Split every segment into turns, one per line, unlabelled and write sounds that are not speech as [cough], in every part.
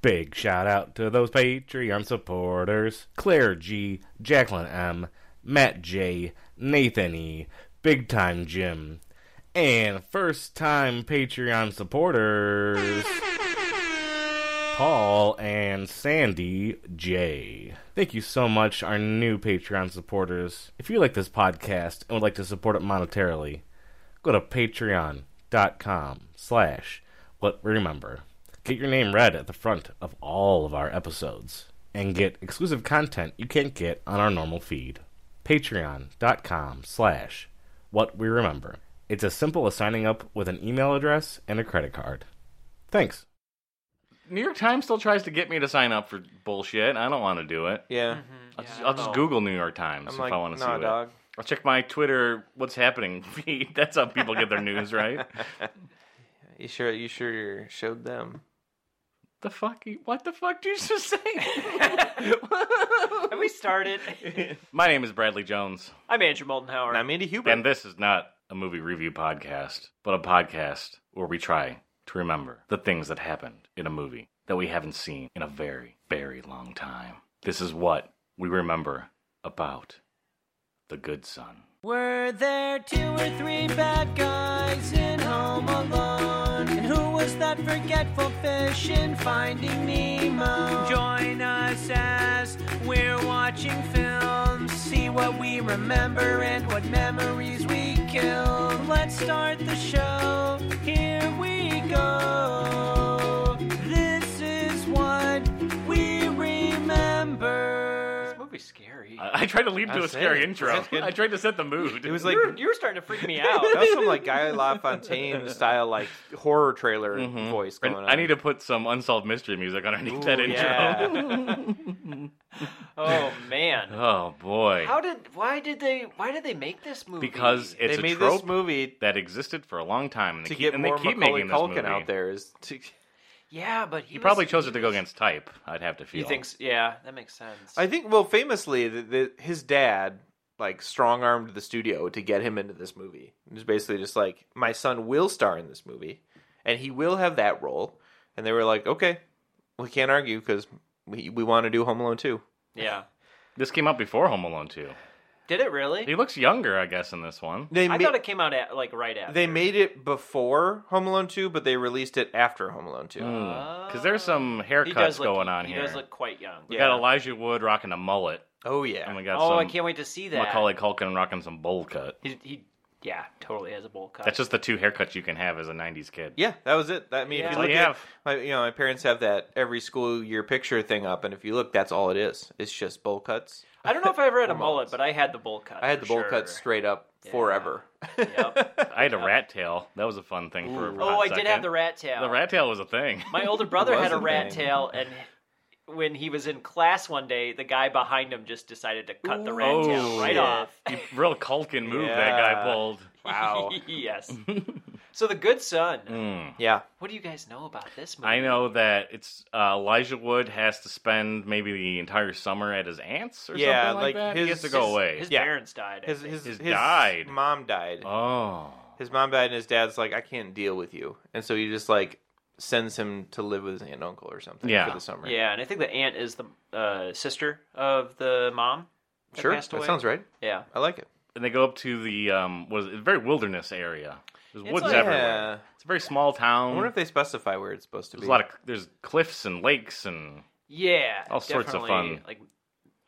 Big shout out to those Patreon supporters Claire G, Jacqueline M, Matt J, Nathan E, Big Time Jim, and first time Patreon supporters Paul and Sandy J. Thank you so much, our new Patreon supporters. If you like this podcast and would like to support it monetarily, go to patreon.com slash what remember get your name read at the front of all of our episodes and get exclusive content you can't get on our normal feed patreon.com slash what we remember it's as simple as signing up with an email address and a credit card thanks
New York Times still tries to get me to sign up for bullshit. I don't want to do it.
Yeah.
Mm-hmm.
I'll just, I'll just Google New York Times
I'm
if
like,
I want to
nah,
see
dog.
it. I'll check my Twitter what's happening [laughs] feed. That's how people get their news,
[laughs]
right?
You sure? You sure showed them?
the fuck? You, what the fuck did you just say? [laughs]
Have we started?
my name is Bradley Jones,
I'm Andrew Moldenhauer.
And I'm Andy Huber.
and this is not a movie review podcast, but a podcast where we try to remember the things that happened in a movie that we haven't seen in a very, very long time. This is what we remember about The Good Son.
Were there two or three bad guys in Home Alone? And who was that forgetful fish in Finding Nemo? Join us as we're watching films. See what we remember and what memories we kill. Let's start the show. Here we go. This is what we remember.
this movie's scary.
I, I tried to lead to a
That's
scary
it.
intro.
That's good.
I tried to set the mood.
it was like
you, were, you were starting to freak
[laughs]
me out.
that was some like Guy LaFontaine style like horror trailer voice going
Mm-hmm. And
on.
I need to put some unsolved mystery music underneath that intro.
oh
[laughs]
man.
Oh boy.
How did? Why did they? Why did they make this movie?
because it's
They
a
made
trope
this movie
that existed for a long time, and they
to
keep,
get
and they
more
keep
Macaulay
making this
Culkin
movie.
out there. Is to,
yeah, but he
You
was-
probably chose it to
he
go
was-
against type. I'd have to feel.
You think? s- Yeah, that makes sense.
I think well, famously, the, the, his dad like strong armed the studio to get him into this movie. It was basically just like my son will star in this movie, and he will have that role. And they were like, okay, we can't argue because we we want to do Home Alone two.
yeah.
this came out before Home Alone two?
Did it really?
He looks younger, I guess, in this one.
They
I
ma-
thought it came out at, like right after.
they made it before Home Alone two, but they released it after Home Alone two. Oh.
Because there's some
he
haircuts
does look,
going on
he
here.
does look quite young.
we got Elijah Wood rocking a mullet,
Oh yeah,
and we got
oh,
some
I can't wait to see that.
Macaulay Culkin rocking some bowl cut.
He, he, yeah, totally has a bowl cut.
That's just the two haircuts you can have as a '90s kid.
Yeah, that was it. That I mean,
Yeah.
if
That's
you
all
look
you
at,
have.
my, you know, my parents have that every school year picture thing up, and if you look, that's all it is. It's just bowl cuts.
I don't know if I
[laughs]
ever had a mullet,
Mullets.
but I had the bowl cut.
I had
for
the bowl
sure.
cut straight up forever.
[laughs]
Yep.
I had a rat tail. That was a fun thing for. for a
Oh,
hot
I did have
second.
the rat tail.
The rat tail was a thing.
My older brother
was
had a
a
rat
thing.
tail, and when he was in class one day, the guy behind him just decided to cut the rat tail
Oh.
right
Yeah.
off.
[laughs]
[laughs]
Real Culkin move that
Yeah.
guy pulled.
Wow. [laughs]
yes. So the good son.
Mm.
yeah.
What do you guys know about this movie?
I know that it's uh, Elijah Wood has to spend maybe the entire summer at his aunt's or
Yeah,
something like,
like
that. he
his-
has to go away.
His
Yeah.
parents died. I
His
think.
his
His
his,
died.
mom died.
oh,
His mom died, and his dad's like, I can't deal with you, and so he just like sends him to live with his aunt and uncle or something
Yeah.
for the summer.
yeah, and I think the aunt is the uh, sister of the mom. That
sure.
passed
That
away.
sounds right.
Yeah.
I like it.
and they go up to the um, was it very wilderness area. There's
It's
woods
like-
everywhere.
Yeah.
It's a very small
I
town.
wonder if they specify where it's supposed to
there's
be.
a lot of there's cliffs and lakes and
Yeah.
All sorts of
definitely,
fun.
Like,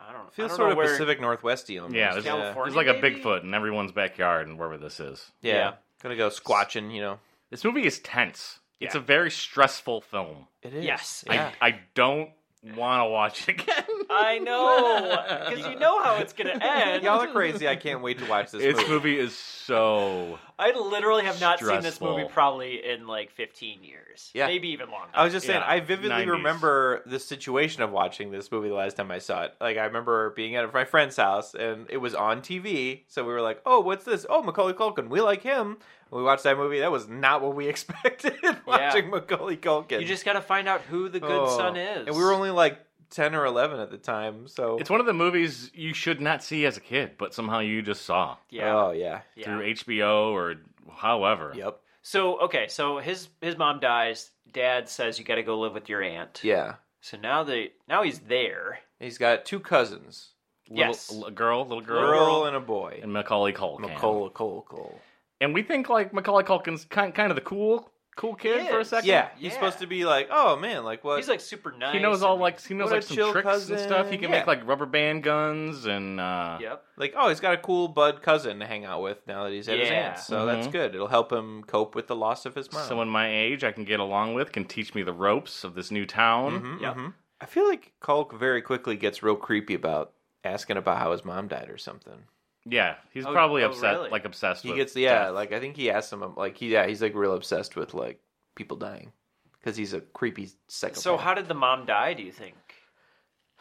I don't know. I
feels
don't
sort
know
of
where...
Pacific Northwesty almost.
yeah, there's,
California,
there's like a
maybe?
Bigfoot in everyone's backyard and wherever this is.
yeah.
Yeah.
Gonna go squatching, you know.
This movie is tense. It's a
Yeah.
very stressful film.
It is.
Yes.
Yeah.
I I don't want to watch it again.
I know, because you know how
[laughs]
it's gonna end.
Y'all are crazy. I can't wait to watch [laughs] this
This
movie.
movie is so
I literally have not seen this
Stressful.
movie probably in like 15 years.
Yeah.
Maybe even longer.
I was just saying,
Yeah,
I vividly
90s.
remember the situation of watching this movie the last time I saw it. Like, I remember being at my friend's house, and it was on TV, so we were like, "Oh, what's this? Oh, Macaulay Culkin. We like him." We watched that movie. That was not what we [laughs] expected watching Macaulay Culkin.
you just got to find out who the good
Oh.
son is.
and we were only like ten or eleven at the time. So
It's one of the movies you should not see as a kid, but somehow you just saw
yeah.
oh yeah,
yeah.
through HBO or however.
yep,
So okay, so his his mom dies. Dad says you got to go live with your aunt.
yeah.
So now they now he's there.
He's got two cousins,
Little,
yes.
l- girl, little
a
girl,
girl and a boy.
and Macaulay Culkin.
McCole, Cole, Cole.
And we think like Macaulay Culkin's kind, kind of the cool, cool kid
He
for a
is.
second.
Yeah, he's
Yeah.
supposed to be like, oh man, like what?
He's like super nice.
He knows all
and-
like he knows
What a
like some
chill
tricks
cousin.
and stuff. He can
Yeah.
make like rubber band guns and uh
Yep.
like oh, he's got a cool bud cousin to hang out with now that he's at his
Yeah.
aunt's. So that's
Mhm.
good. It'll help him cope with the loss of his mom.
someone my age I can get along with can teach me the ropes of this new town.
Mhm,
Yep.
mhm. I feel like Culk very quickly gets real creepy about asking about how his mom died or something.
Yeah, he's
Oh,
probably
oh,
upset,
really?
like obsessed.
He
with
gets yeah,
death.
like I think he asked him like he yeah he's like real obsessed with like people dying because he's a creepy psychopath.
So how did the mom die? Do you think?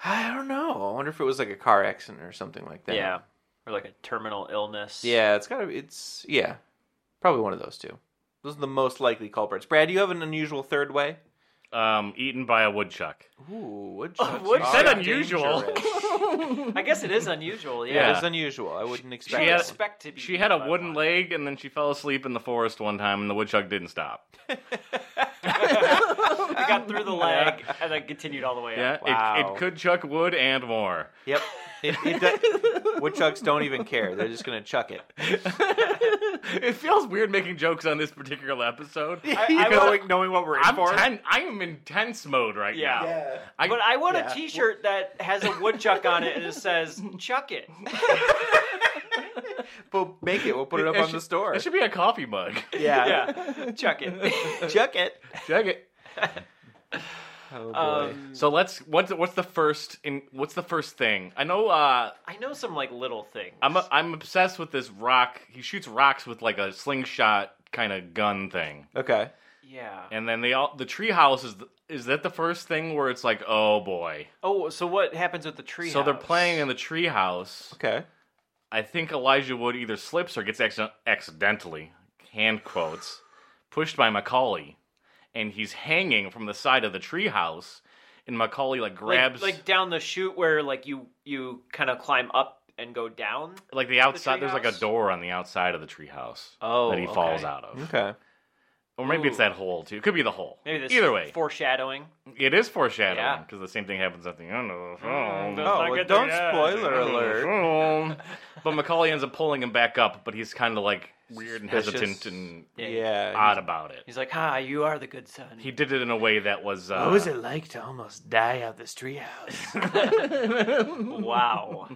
I don't know. I wonder if it was like a car accident or something like that.
Yeah. Or like a terminal illness.
yeah, it's gotta be. It's yeah, probably one of those two. Those are the most likely culprits. Brad, do you have an unusual third way?
um, eaten by a woodchuck.
Ooh,
[laughs]
woodchuck.
Oh, woodchuck.
Said unusual.
[laughs]
I guess it is unusual. Yeah.
Yeah.
It's unusual. I wouldn't
You
expect.
don't
had-
[laughs] that one.
expect to be.
She had a
by
wooden
one.
leg, and then she fell asleep in the forest one time, and the woodchuck didn't stop.
[laughs]
It got through the leg and then continued all the way
Yeah,
up.
it,
Wow.
it could chuck wood and
[laughs]
more.
Yep. It, it
[laughs]
does, woodchucks don't even care. They're just gonna chuck [laughs] it.
it feels weird making jokes on this particular episode.
I
Because
will-
knowing what we're in
I'm
for.
ten, I'm in tense mode right
Yeah.
now.
Yeah.
I,
But I want
Yeah.
a T-shirt that has a woodchuck on it and it says
[laughs]
"Chuck it."
We'll make it. We'll put it up
it
on
should-
the store.
It should be a coffee mug.
yeah.
Yeah, chuck
[laughs]
it.
Chuck it.
[laughs] Check it.
Oh boy.
Um,
So let's what's what's the first in what's the first thing? I know uh
I know some like little things.
I'm I'm obsessed with this rock. He shoots rocks with like a slingshot kind of gun thing.
okay.
yeah.
And then they all the treehouse is is that the first thing where it's like oh boy.
Oh, so what happens with the tree?
so they're playing in the treehouse.
Okay.
I think Elijah Wood either slips or gets accident- accidentally hand quotes pushed by Macaulay, and he's hanging from the side of the treehouse. And Macaulay like
like,
grabs
like down the chute where like you you kind of climb up and go down.
like the outside. there's like a
treehouse?
door on the outside of the treehouse
Oh,
that he falls
okay.
out of,
Okay.
or maybe it's
Ooh.
that hole too. It could be the hole.
Maybe this
Either way,
foreshadowing.
it is foreshadowing
Yeah.
because the same thing happens at the end of the film.
that's
Oh,
not
well,
good
don't
there.
spoiler alert.
alert!
[laughs]
but Macaulay ends up pulling him back up, but he's kind of like weird and
Suspicious.
hesitant and
Yeah.
Yeah.
odd about it.
He's like, "Ah, you are the good son."
He did it in a way that was. Uh,
like to almost die out this treehouse?
[laughs]
[laughs] wow.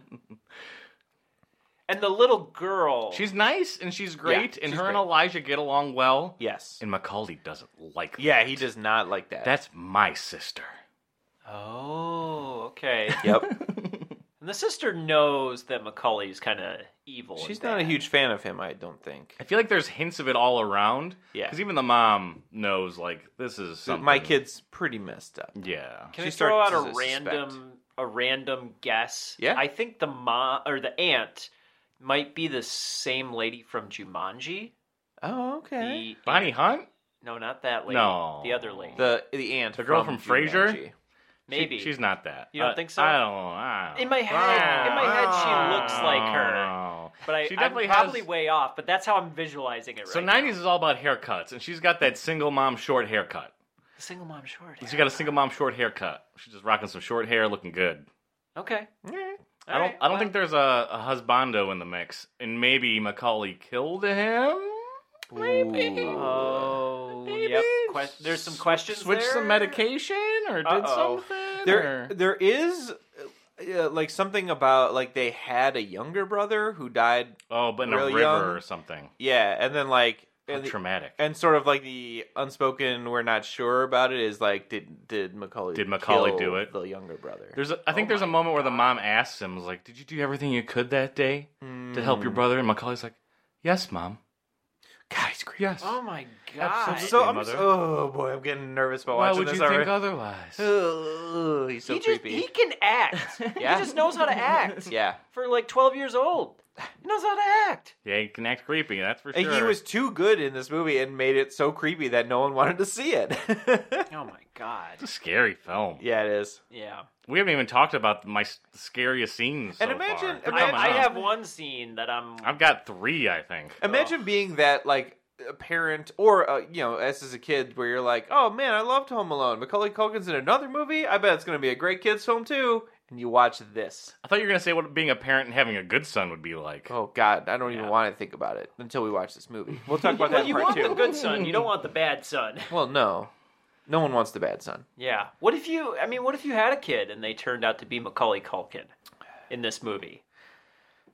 and the little girl.
She's nice and she's great,
Yeah,
and
she's
her and
great.
Elijah get along well.
yes.
And Macaulay doesn't like that.
Yeah, he does not like that.
That's my sister.
Oh, okay.
[laughs]
yep.
And the sister knows that Macaulay's kind of evil. and
She's not a
bad.
huge fan of him, I don't think.
I feel like there's hints of it all around.
Yeah.
Because even the mom knows, like, this is something.
My kid's pretty messed up.
Yeah.
Can
She
I throw out
starts
a
to suspect.
random a random guess?
Yeah.
I think the mom or the aunt might be the same lady from Jumanji.
Oh,
The
Bonnie Hunt?
no, not that lady.
No.
the other lady.
The the aunt,
The girl from Frasier?
Jumanji.
She-
Maybe
she's not that.
You don't
Uh,
think so?
I don't know. I don't
In my head- in my head, she
know.
looks like her.
I don't know.
But I,
She
I'm
definitely has-
probably way off. But that's how I'm visualizing it. Right
So 90s is all about haircuts, and she's got that single mom short haircut.
now. single mom short.
She got a single mom short haircut. She's just rocking some short hair, looking good.
Okay.
I don't. I don't think there's a, a husbando in the mix, and maybe Macaulay killed him.
Ooh.
Oh,
Maybe.
yep. Que- there's some questions.
Switched
there?
some medication or did
Uh-oh.
something.
There,
or-
there is uh, like something about like they had a younger brother who died.
oh, but in a
real
river
young.
or something.
Yeah, and then like
How
and, the-
traumatic.
and sort of like the unspoken, we're not sure about it. Is like did did Macaulay
Did Macaulay
kill
do it?
The younger brother.
there's. A, I
Oh
think there's a moment where the mom asks him, like, "Did you do everything you could that day
Hmm.
to help
Mm.
your brother?" And Macaulay's like, "Yes, mom.
God, he's creepy.
Yes.
Oh my god.
So I'm
Mother.
oh boy, I'm getting nervous about
Why
watching
would
this
you
already.
think
[laughs]
otherwise?"
Ugh, he's so
he just
creepy.
he can
[laughs]
act.
Yeah.
He just knows how to act.
[laughs] Yeah,
for like 12 years old. He knows how to act.
yeah, he can act creepy. That's for
And
sure.
he was too good in this movie and made it so creepy that no one [laughs] wanted to see it.
Oh my god.
It's a scary film.
yeah, it is.
Yeah.
We haven't even talked about my s- scariest scenes.
And
so
imagine-
far.
I,
imagine-
Come on.
I have one scene that I'm
Oh.
I've got three, I think.
Imagine being that like a parent or uh, you know as as a kid where you're like oh man i loved home alone macaulay culkin's in another movie i bet it's going to be a great kids film too and you watch this
I thought you were gonna say what being a parent and having a good son would be like. [laughs]
oh god i don't even want to think about it until we watch this movie [laughs] we'll talk about that
Well,
in
you
part
want the
two
good son. You don't want the bad son.
well no no one wants the bad son
[laughs] Yeah. What if you? I mean, what if you had a kid and they turned out to be Macaulay Culkin in this movie?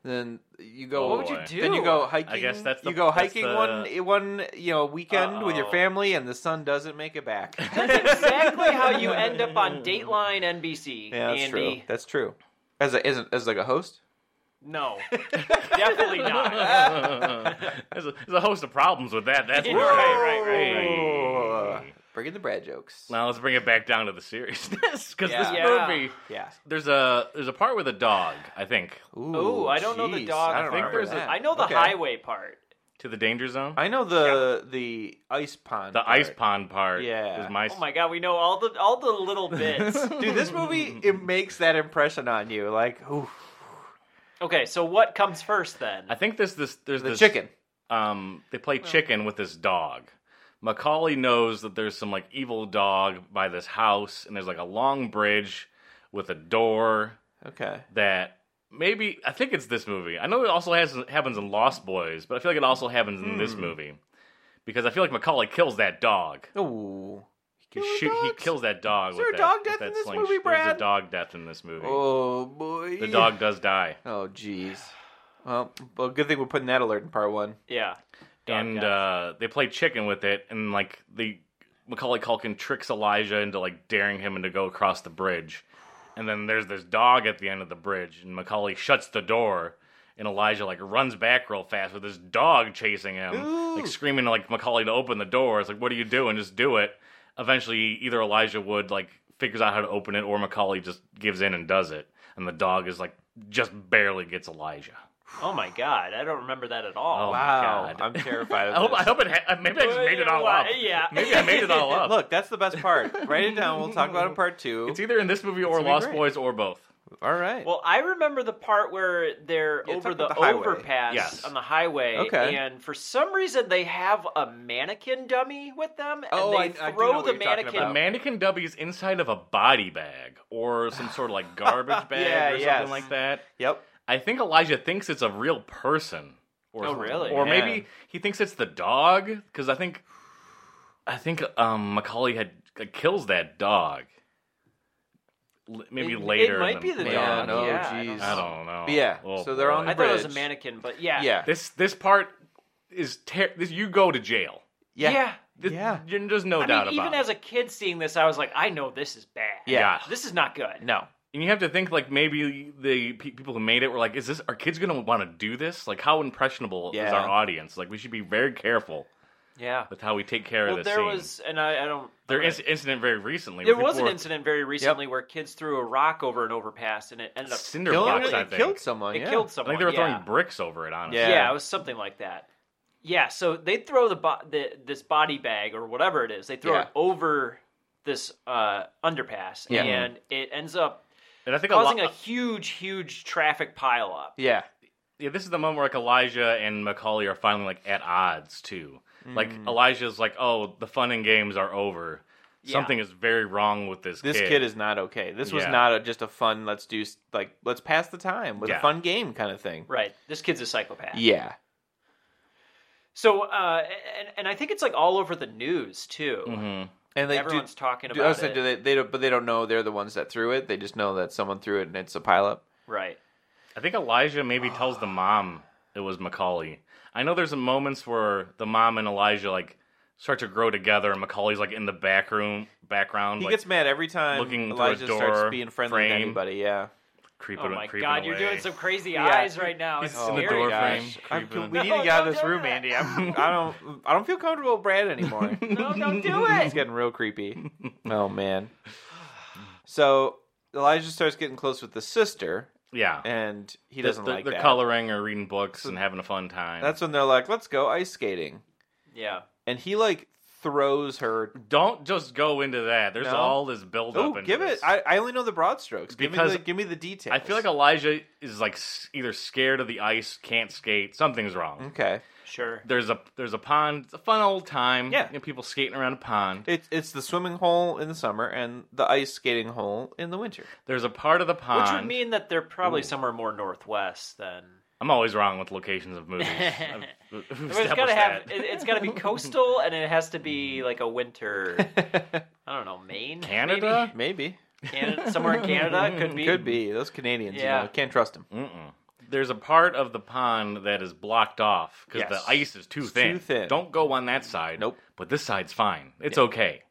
then you go
What would you
do?
then you go hiking
I guess that's the-
you go
that's
hiking
the-
one one you know weekend with your
Uh-oh.
family and the son doesn't make it back
[laughs] That's exactly how
[laughs]
you end up on Dateline NBC.
yeah that's
Andy.
true that's true as a as, a, as like a host [laughs]
No, definitely not.
there's, a, there's a host of problems with that. That's
Right,
for sure.
right, right, right.
Oh, bring in the Brad jokes.
Now let's bring it back down to the seriousness because this
Yeah.
movie.
Yeah.
There's a there's a part with a dog. I think
Ooh,
Ooh, I don't know the
jeez,
dog.
I,
I
don't
think
remember
there's a-
that.
I know the
Okay.
highway part.
to the danger zone.
I know the the ice pond.
the
part.
ice pond part.
Yeah.
Is my,
Oh my god, we know all the all the little
[laughs]
bits.
Dude, this movie it makes that impression on you. Like, ooh,
okay, so what comes first then?
I think there's this there's
the
this,
chicken.
um, they play chicken with this dog. Macaulay knows that there's some like evil dog by this house, and there's like a long bridge with a door
Okay.
that maybe I think it's this movie. I know it also has happens in Lost Boys, but I feel like it also happens in
Hmm.
this movie because I feel like Macaulay kills that dog.
Ooh.
He
Killer
shoot, he
dogs?
kills that dog.
Is there
with
a
that-
dog
with
death
that
in this
sling.
movie,
There's
Brad?
a dog death in this movie.
Oh boy.
The dog does die.
Oh jeez. Well, well, good thing we're putting that alert in part one.
yeah. Dog
and
death.
uh, they play chicken with it, and like the Macaulay Culkin tricks Elijah into like daring him to go across the bridge, and then there's this dog at the end of the bridge, and Macaulay shuts the door, and Elijah like runs back real fast with this dog chasing him, like screaming like Macaulay to open the door. It's like, what are you doing? Just do it. Eventually, either Elijah would like figures out how to open it, or Macaulay just gives in and does it, and the dog is like just barely gets Elijah.
Oh my god, I don't remember that at all.
Oh my
Wow,
God.
I'm terrified of
I hope,
this.
I hope it. Ha- maybe I just made it all up.
[laughs] Yeah.
Maybe I made it all up.
Look, that's the best part. Write it down. We'll talk about it in part two.
it's either in this movie or
gonna be
Lost
great.
Boys or both.
All right.
[laughs] Well, I remember the part where they're
Yeah, talk
over the,
about the highway.
overpass
Yes.
on the highway,
Okay.
and for some reason they have a mannequin dummy with them, and
Oh, I- I
they
do know
throw
what
the
you're talking
The
about.
mannequin.
mannequin W is inside of a body bag or some sort of
[laughs]
like garbage bag
Yeah,
or something
yes.
like that.
yep.
I think Elijah thinks it's a real person. Or
Oh,
something.
really?
Or
Yeah.
maybe he thinks it's the dog because I think, I think um, Macaulay had uh, kills that dog. L- maybe
It- it
later. in
might be the
later
dog,
on.
Man, oh
yeah, I don't
jeez.
I don't know.
But yeah,
Oh,
so they're on
boy.
I thought it was a
Bridge.
mannequin, but yeah,
Yeah.
This this part is ter- this. You go to jail.
yeah.
Th-
Yeah.
y- There's no
I
doubt
mean,
about
even
it.
as a kid seeing this, I was like, I know this is bad.
Yeah.
this is not good.
No.
and you have to think like maybe the pe- people who made it were like, is this are kids gonna want to do this? Like, how impressionable is
Yeah.
our audience? Like, we should be very careful
Yeah.
with how we take care
Well,
of this.
there
scene.
was, and I, I don't.
there
I'm
is an incident very recently.
There
where
was
people
an
were
incident very recently where kids threw a rock over an overpass and it ended up
Cinder
Killed-
blocks.
it
I think.
killed someone.
it
yeah.
killed
I
someone.
think they were
yeah.
throwing bricks over it. Honestly.
Yeah.
yeah. it was something like that. Yeah, so they throw the, bo- the this body bag or whatever it is. They throw
Yeah.
it over this uh, underpass
Yeah.
and it ends up
And I think Mm-hmm. a lot.
causing a huge huge traffic pileup.
Yeah.
yeah, this is the moment where like Elijah and Macaulay are finally like at odds too. Like
Mm.
Elijah's like, oh, the fun and games are over.
Yeah.
Something is very wrong with this.
This kid is not okay. This was
Yeah.
not a, just a fun. Let's do s- like let's pass the time with
Yeah.
a fun game kind of thing.
Right. This kid's a psychopath.
Yeah.
So uh and, and I think it's like all over the news too.
Mhm.
And they
Everyone's
do,
talking
do,
about
I was saying,
it.
do they, they don't, but they don't know they're the ones that threw it. They just know that someone threw it and it's a pileup.
Right.
I think Elijah maybe tells the mom it was Macaulay. I know there's some moments where the mom and Elijah like start to grow together, and Macaulay's like in the back room background,
He
like
gets mad every time
looking through a
Elijah starts
door
being friendly to
frame.
anybody. Yeah.
creeping.
Oh my
creeping
god, you're
away.
doing some crazy
Yeah.
eyes right now.
He's
It's
in the
scary.
door
gosh.
frame.
I'm-
creeping.
we need to get out of
No,
this
don't
room,
do that.
[laughs]
Andy. I'm, I don't. I don't feel comfortable with Brad anymore. [laughs]
No, don't do
[laughs]
It's
it.
getting real creepy. [laughs] Oh man. So Elijah starts getting close with the sister,
Yeah,
and he
They're-
doesn't
they're,
like
they're
that.
coloring or reading books and having a fun time.
That's when they're like, "Let's go ice skating,"
Yeah.
and he like throws her.
Don't just go into that. There's
No.
all this buildup.
Oh,
into
give it.
this.
I, I only know the broad strokes. Give
Because
me the, give me the details.
I feel like Elijah is like s- either scared of the ice, can't skate. Something's wrong.
okay.
Sure.
There's a there's a pond. It's a fun old time.
Yeah.
you know, people skating around a pond.
It's it's the swimming hole in the summer and the ice skating hole in the
[laughs]
winter.
There's a part of the
Which
pond.
would mean that they're probably somewhere more
[laughs]
northwest than.
I'm always wrong with locations of
[laughs]
movies. I've- [laughs] I've
I mean, it's
established
gotta have.
that.
It, it's gotta be coastal, and it has to
[laughs]
be like a winter. I don't know, Maine, maybe?
Canada?
Maybe Mm-hmm.
Canada, somewhere in
[laughs]
Canada could be.
could be those Canadians.
Yeah. Mm.
You know, can't trust them.
Mm-mm. There's a part of the pond that is blocked off because
Yes.
the ice is too
It's
thin.
too thin.
Don't go on that side.
Nope.
But this side's fine. It's okay.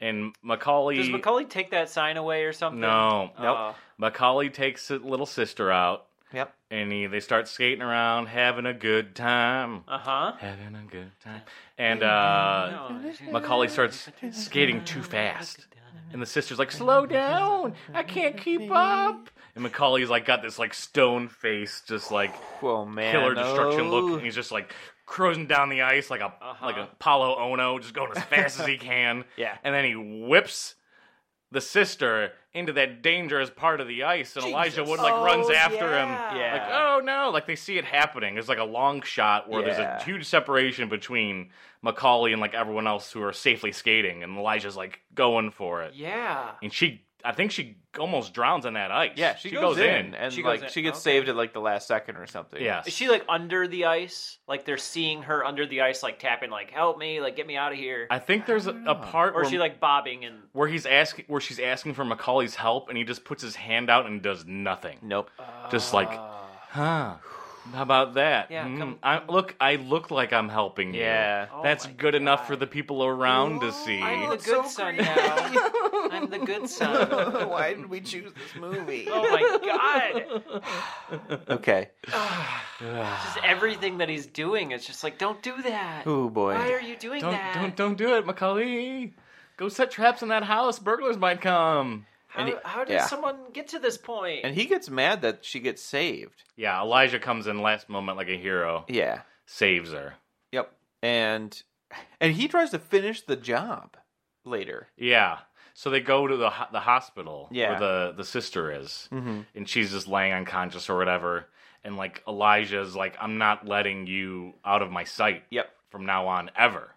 And Macaulay.
Does Macaulay take that sign away or something?
No.
Nope.
Uh,
Macaulay takes his little sister out,
Yep.
and he, they start skating around, having a good time.
[laughs] huh.
Having a good time. And uh,
No.
Macaulay starts skating too fast. And the sister's like, slow down. I can't keep up. And Macaulay's like, got this like stone face, just like
Well, man.
killer destruction look.
oh.
And he's just like cruising down the ice like a like a Apollo Ono, just going as fast as he can.
Yeah.
And then he whips the sister into that dangerous part of the ice, and Elijah Wood like runs after him.
oh, Yeah.
Like, oh no! Like they see it happening. There's like a long shot where there's
Yeah.
a huge separation between Macaulay and like everyone else who are safely skating, and Elijah's like going for it.
Yeah.
And she, I think she almost drowns on that ice.
Yeah, she, goes, in, and
She goes
like
in.
she gets
Okay.
saved at like the last second or something.
Yeah.
Is she like under the ice? Like they're seeing her under the ice, like tapping, like "Help me! Like get me out of here!"
I think there's a, a part
or
where
is she like bobbing and
where he's asking where she's asking for Macaulay's help and he just puts his hand out and does nothing.
[laughs]
Nope.
Just like, huh? How about that?
Ah. Yeah,
Hmm,
come-
I, look, I look like I'm helping you.
Yeah. Oh
that's
my
good enough for the people around to see.
I'm the
It's
good
so
son
creepy.
now. [laughs] I'm the
[laughs]
good
[laughs]
son.
Why did we choose this movie?
[laughs] Oh my
[sighs]
god!
okay.
Just everything that he's doing is just like, don't do that.
Oh boy.
Why are you doing
don't
that?
don't don't do it, Macaulay. Go set traps in that house. Burglars might come.
How,
And he-
how did
yeah.
someone get to this point? [laughs]
And he gets mad that she gets saved.
Yeah, Elijah comes in last moment like a hero,
Yeah.
saves her.
Yep. And and he tries to finish the job later.
Yeah. So they go to the ho- the hospital
Yeah.
where the the sister is, and she's just laying unconscious or whatever. And like Elijah's like, I'm not letting you out of my sight.
Yep.
From now on, ever.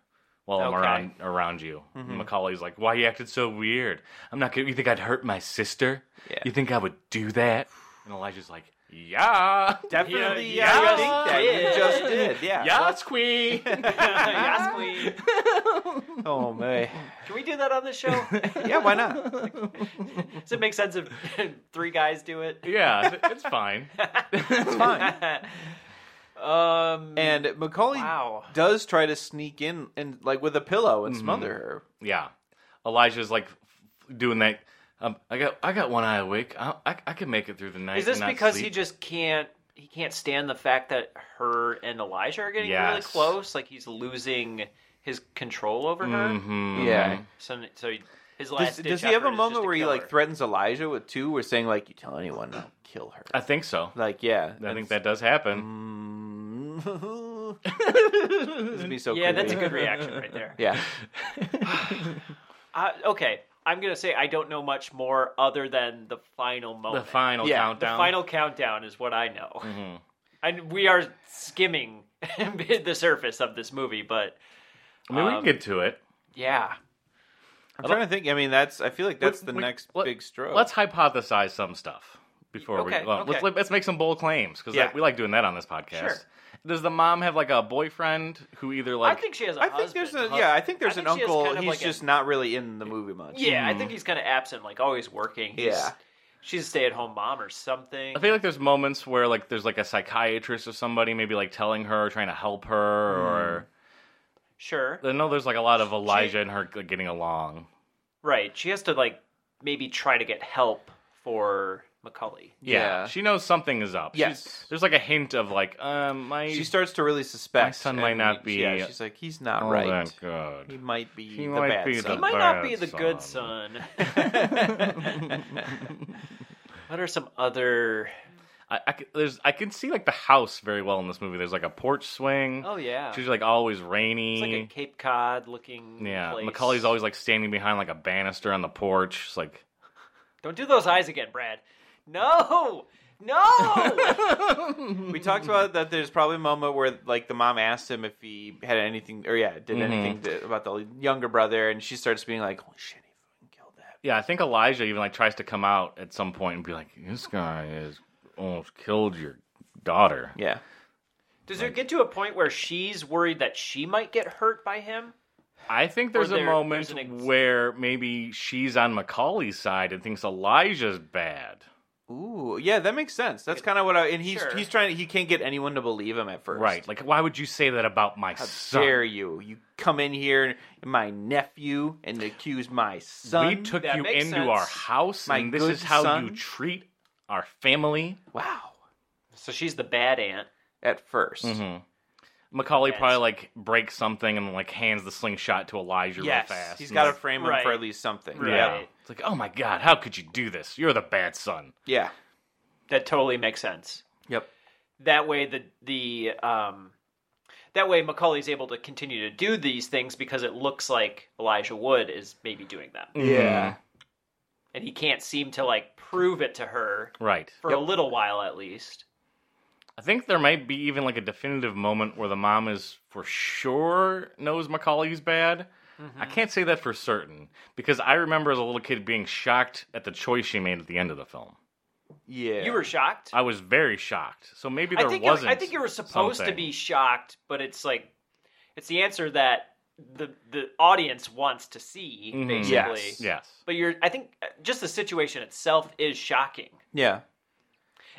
While I'm
Okay. Mm-hmm.
around around you, And Macaulay's like, "Why you acted so weird? I'm not gonna. You think I'd hurt my sister?
Yeah.
You think I would do that?" And Elijah's like, "Yeah,
[laughs] Definitely. Yeah.
Yeah, yeah,
I think that
yeah.
you just did. Yeah.
yes,
[laughs]
queen."
[laughs]
yes, queen.
Oh man.
Can we do that on the show?
[laughs] Yeah. Why not?
Does it make sense if [laughs] three guys
[laughs]
do it? [laughs]
yeah, th- it's fine.
It's fine.
Um.
And Macaulay
Wow. Mm-hmm.
does try to sneak in and like with a pillow and smother her.
Yeah, Elijah's like f- doing that. Um, I got I got one eye awake. I I, I can make it through the night.
Is this
and not
because he
sleep.
just can't he can't stand the fact that her and Elijah are getting really
Yes.
close? Like he's losing his control over her. Mm-hmm.
Mhm.
Yeah.
So so he- his
Mm-hmm. Does,
last ditch
does he have
effort
a
is just
moment
to
where he
kill
like
her.
threatens Elijah with two? We're saying like, you tell anyone, I'll kill her.
I think so.
Like, yeah. mm,
I think that does happen.
[laughs] this
Mm-hmm.
would be so.
Yeah, that's a
creepy. [laughs]
good reaction right there.
Yeah.
Uh, okay, I'm gonna say I don't know much more other than the final
[laughs] The
moment.
final
Yeah, the
The
countdown. Mm-hmm.
final countdown is what I know, [laughs] and we are skimming [laughs] the surface of this movie. But
I mean, we
um,
can get to it.
yeah,
I'm trying to think. I mean, that's. I feel like that's the
We-
next
let-
big stroke.
Let's hypothesize some stuff before
oh. Okay,
we. Well,
okay.
Let's, let's make some bold claims because
Yeah.
we like doing that on this podcast.
Sure.
Does the mom have like a boyfriend who either like?
I think she has a
I think
husband.
there's a. Yeah, I think there's
I
an
think she has
uncle.
kind of
he's
like a-
just not really in the movie much.
Yeah, I
Mm.
think he's kind of absent, like always working. He's,
Yeah.
she's a stay-at-home mom or something.
I feel like there's moments where like there's like a psychiatrist or somebody maybe like telling her or trying to help her or
sure,
I know there's like a lot of Elijah and her like, getting along.
right? She has to like maybe try to get help for Macaulay.
Yeah.
Yeah.
she knows something is up.
Yes.
She's- there's like a hint of like, um, my
She starts to really suspect.
My son might
and
not
he-
be-
Yeah, she's like, he's not
all
right.
that
He
good.
might be
He
the
might
bad
be the
son.
He
He
might not be the
bad [laughs]
good son. what are some other?
[laughs] I, I, c- there's, I can see like the house very well in this movie. There's like a porch swing.
Oh yeah,
It's
it's
usually like always rainy.
like a Cape Cod looking.
Mm. yeah,
place.
Macaulay's always like standing behind like a banister on the porch. It's like
Don't do those eyes again, Brad. No,
[laughs]
no.
We talked about that. There's probably a moment where like the mom asked him if he had anything, or yeah,
Mm-hmm.
did anything to, about the younger brother, and she starts being like, "Holy shit, he fucking killed that."
yeah, I think Elijah even like tries to come out at some point and be like, "This guy is almost killed your daughter."
Yeah,
Does it get to a point where she's worried that she might get hurt by him?
I think there's
there-
a moment
there's an ex-
where maybe she's on Macaulay's side and thinks Elijah's bad.
Ooh, yeah, that makes sense. That's kind of what I. And he's
Sure.
he's trying. He can't get anyone to believe him at first.
Right. Like, why would you say that about my
How
son?
dare you? You come in here, my nephew, and accuse my son.
we took
That
you
makes
into our
sense.
house,
My
and this
good
is how you
son.
treat our family.
wow.
So she's the bad aunt.
At 1st
Mm-hmm. Macaulay
Yes.
probably like breaks something and like hands the slingshot to Elijah
yes,
real fast.
he's
And
got to
it's-
frame him
Right.
for at least something.
Right.
yeah. It's like, oh my god, how could you do this? You're the bad son.
Yeah.
That totally makes sense.
Yep.
That way, the the um, that way Macaulay's able to continue to do these things because it looks like Elijah Wood is maybe doing them,
Yeah.
Mm-hmm.
and he can't seem to like prove it to her
Right.
for a little while at least.
I think there might be even like a definitive moment where the mom is for sure knows Macaulay's bad.
Mm-hmm.
I can't say that for certain because I remember as a little kid being shocked at the choice she made at the end of the film.
Yeah.
You were shocked.
I was very shocked. So maybe there
I think you-
wasn't.
I think you were supposed to
something.
be shocked, but it's like it's the answer that the the audience wants to see
Mhm.
basically.
Yes.
Yes.
But you're I think uh, just the situation itself is shocking.
Yeah.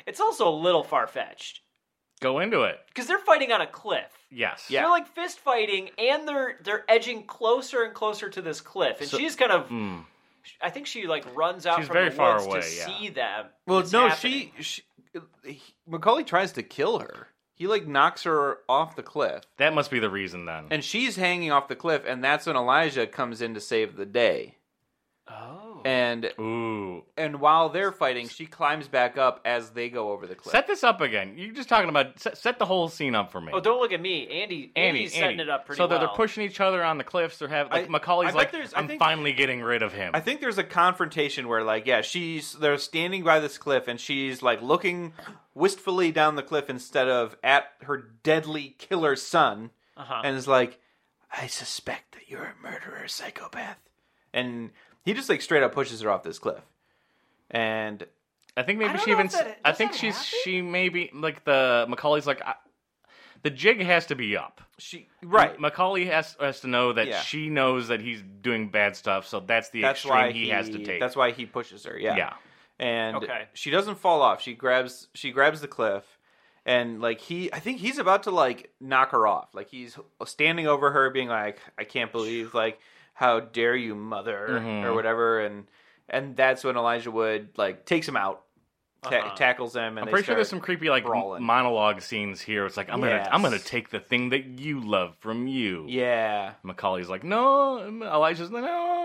It's also a little far fetched
Go into it.
because they're fighting on a cliff.
Yes.
Yeah.
They're like fist fighting, and they're they're edging closer and closer to this cliff, and she's kind of.
Mm.
I think she like runs out
She's
from
very
the
far
woods
away,
to
yeah.
see them.
Well,
It's
no,
happening.
she, she he, Macaulay tries to kill her. He like knocks her off the cliff,
That must be the reason then.
and she's hanging off the cliff, and that's when Elijah comes in to save the day.
Oh.
And
Ooh.
and while they're fighting, she climbs back up as they go over the cliff.
Set this up again. You're just talking about set, set the whole scene up for me.
Oh, don't look at me, Andy.
Andy,
Andy's setting
Andy.
it up pretty
So they're, they're
well.
pushing each other on the cliffs. They're having like
I- I
Macaulay's
bet
like,
there's- I
I'm
think-
finally getting rid of him.
I think there's a confrontation where like yeah, she's they're standing by this cliff and she's like looking wistfully down the cliff instead of at her deadly killer son
Uh-huh.
and is like I suspect that you're a murderer psychopath. And he just like straight up pushes her off this cliff. And
I think maybe
don't
she
know
even.
if that-
s- I
does
think
that
she's
happen?
she maybe like the Macaulay's like I, the jig has to be up.
she right.
Macaulay has has to know that
Yeah.
she knows that he's doing bad stuff, so that's the
that's
extreme
why
he, has to take.
That's why he pushes her. Yeah.
Yeah.
And
Okay.
she doesn't fall off. She grabs she grabs the cliff and like he I think he's about to like knock her off. Like he's standing over her being like I can't believe like how dare you mother
Mm-hmm.
or whatever and and that's when Elijah Wood like takes him out. Ta-
Uh-huh.
tackles him and
I'm
they
pretty sure there's some
start
creepy like m-
brawling.
monologue scenes here. It's like I'm
Yes.
gonna I'm gonna take the thing that you love from you.
Yeah.
Macaulay's like, no. Elijah's like, no.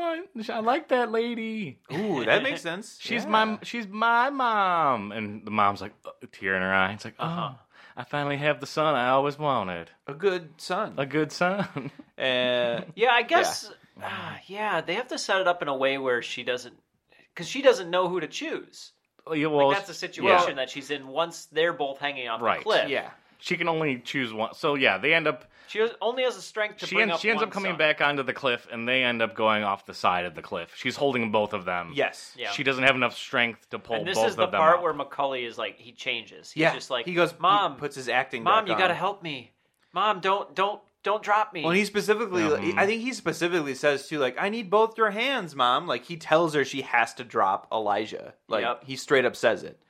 I like that lady.
Ooh, that makes
[laughs]
sense.
She's
Yeah.
my she's my mom. And the mom's like, a tear in her eye. It's like, oh,
Uh-huh.
I finally have the son I always wanted.
a good son.
A good son. [laughs]
Uh,
[laughs] Yeah, I guess. ah, yeah, they have to set it up in a way where she doesn't, because she doesn't know who to choose.
Well, yeah, well,
That's the situation that she's in once they're both hanging off
Right.
the cliff.
yeah.
She can only choose one. So yeah, they end up.
She has- only has the strength to
She
bring
ends,
up
she ends
one
up coming
son.
back onto the cliff, and they end up going off the side of the cliff. She's holding both of them.
Yes.
Yeah.
She doesn't have enough strength to pull
And this
both
is the
of them.
part
up.
where Macaulay is like, he changes. He's
Yeah.
just like,
he goes he
Mom,
puts his acting
Mom,
back
you
on.
gotta help me. Mom, don't, don't, don't drop me.
Well, he specifically, I
Mm-hmm.
think he specifically says too, like, I need both your hands, mom. Like, he tells her she has to drop Elijah. Like,
Yep.
he straight up says it.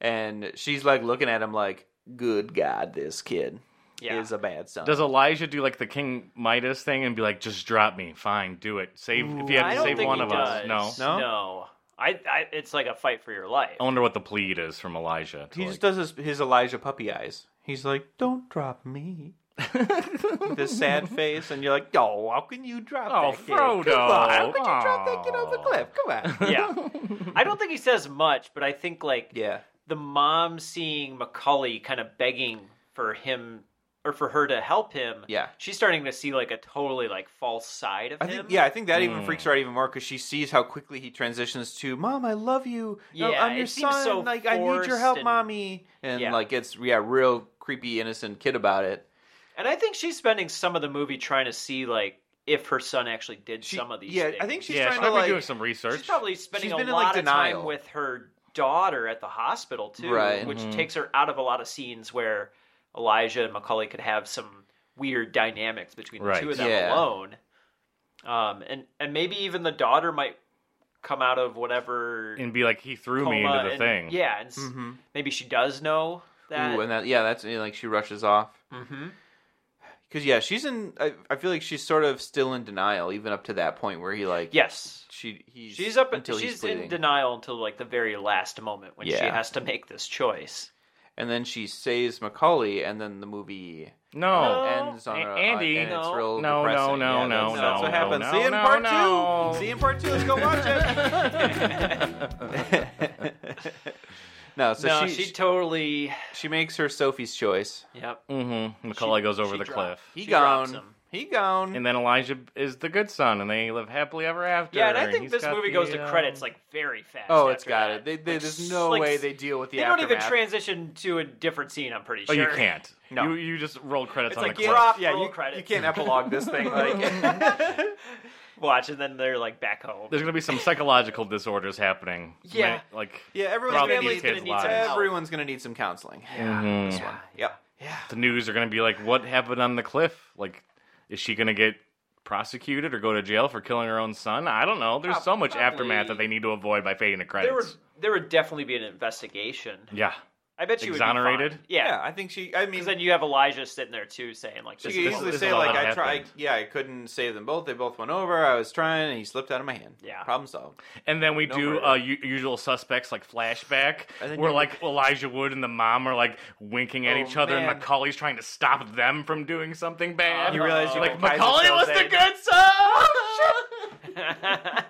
And she's like looking at him, like, good God, this kid
Yeah.
is a bad son.
does Elijah do like the King Midas thing and be like, "Just drop me, fine, do it, save if you
I
have to
don't
save
think
one
he
of
does.
us." No,
No?
no. I, I, it's like a fight for your life.
I wonder what the plead is from Elijah. To,
he
like-
just does his, his Elijah puppy eyes. He's like, don't drop me. [laughs]
[laughs]
this sad face, and you're like, oh, how can you drop
Oh,
that kid?
Frodo.
Come on, how could you drop that kid off the
Aw. [laughs]
cliff? Come on.
Yeah. I don't think he says much, but I think like
yeah.
the mom seeing Macaulay kind of begging for him or for her to help him,
Yeah.
she's starting to see like a totally like false side of
I
him.
think yeah, I think that even freaks her out even more because she sees how quickly he transitions to "Mom, I love you. No,
Yeah,
I'm your
it seems
son.
so
like I need your
forced
help,
and-
mommy." And
Yeah.
like it's yeah, real creepy innocent kid about it.
and I think she's spending some of the movie trying to see like if her son actually did
She-
some of these.
yeah,
things.
I think she's
yeah, she
trying
might
to
be
like
doing some research.
She's probably spending
She's been
a
in, like,
lot of
denial.
time with her daughter at the hospital too,
Right.
which
Mm-hmm.
takes her out of a lot of scenes where Elijah and Macaulay could have some weird dynamics between the
Right.
two of them
Yeah.
alone. Um, and and maybe even the daughter might come out of whatever
and be like, he threw me
coma
into the
and-
thing.
Yeah, and s-
Mhm.
maybe she does know Mm-hmm. that.
Ooh, and that yeah, that's yeah, like she rushes off
Mhm.
because yeah, she's in. I, I feel like she's sort of still in denial even up to that point where he like
Yes.
she he's
She's up
until
until
he's
she's
bleeding.
in denial until like the very last moment when she
Yeah.
has to make this choice.
and then she saves Macaulay, and then the movie
No.
Uh,
ends on
A-
a,
Andy.
uh, and it's
No.
No,
real
no,
depressing.
no,
Yeah,
no,
that's- that's
no,
what
no,
happens.
no,
See you in
no,
part
no.
two. See you in part two. Let's go watch it. [laughs] no, so
no,
she,
she
she
totally.
makes her Sophie's choice.
Yep.
Mm-hmm. Macaulay goes over
she
the
dropped.
cliff.
He
She drops
gone.
him.
He gone.
And then Elijah is the good son, and they live happily ever after.
Yeah, and I think
he's
this
got
movie
the,
goes to
uh,
credits like very fast.
oh, it's
after
got
that.
it. They, they,
Like,
there's
s-
no
like,
way
s-
they deal with the
They don't even
aftermath.
transition to a different scene. I'm pretty
Oh,
sure.
you
[laughs]
can't.
No.
You, you just roll credits
It's
on
like
the cliff.
drop-
yeah,
roll
you,
credits.
you can't epilogue this
[laughs]
thing. Like, [laughs]
watch, and then they're like back home.
There's gonna be some psychological disorders happening.
Yeah.
Ma- like
yeah, everyone's
throughout
Probably
gonna
family's
these
need,
gonna
kids'
need to-
lives.
everyone's gonna need some counseling.
Yeah,
Mhm.
this one.
Yep. Mm-hmm. Yeah.
The news are gonna be like, what happened on the cliff? Like, is she gonna get prosecuted or go to jail for killing her own son? I don't know. There's so much
Probably-
aftermath that they need to avoid by fading the
There would
credits.
there would definitely be an investigation.
Yeah.
I bet you Would
Exonerated?
be fine. yeah,
I think she. I mean,
because then you have Elijah sitting there too, saying like,
She
"This
could
is
easily
this
say
is all
like
that
I tried.
happened.
Yeah, I couldn't save them both. They both went over. I was trying, and he slipped out of my hand.
Yeah.
problem solved.
And then we
No
do
murder.
uh, u- usual suspects like flashback,
And then
where
you-
like Elijah Wood and the mom are like winking at
Oh,
each other,
man.
and Macaulay's trying to stop them from doing something bad.
You realize you
like
can Kaiser
Macaulay
still
was
say-
the good son.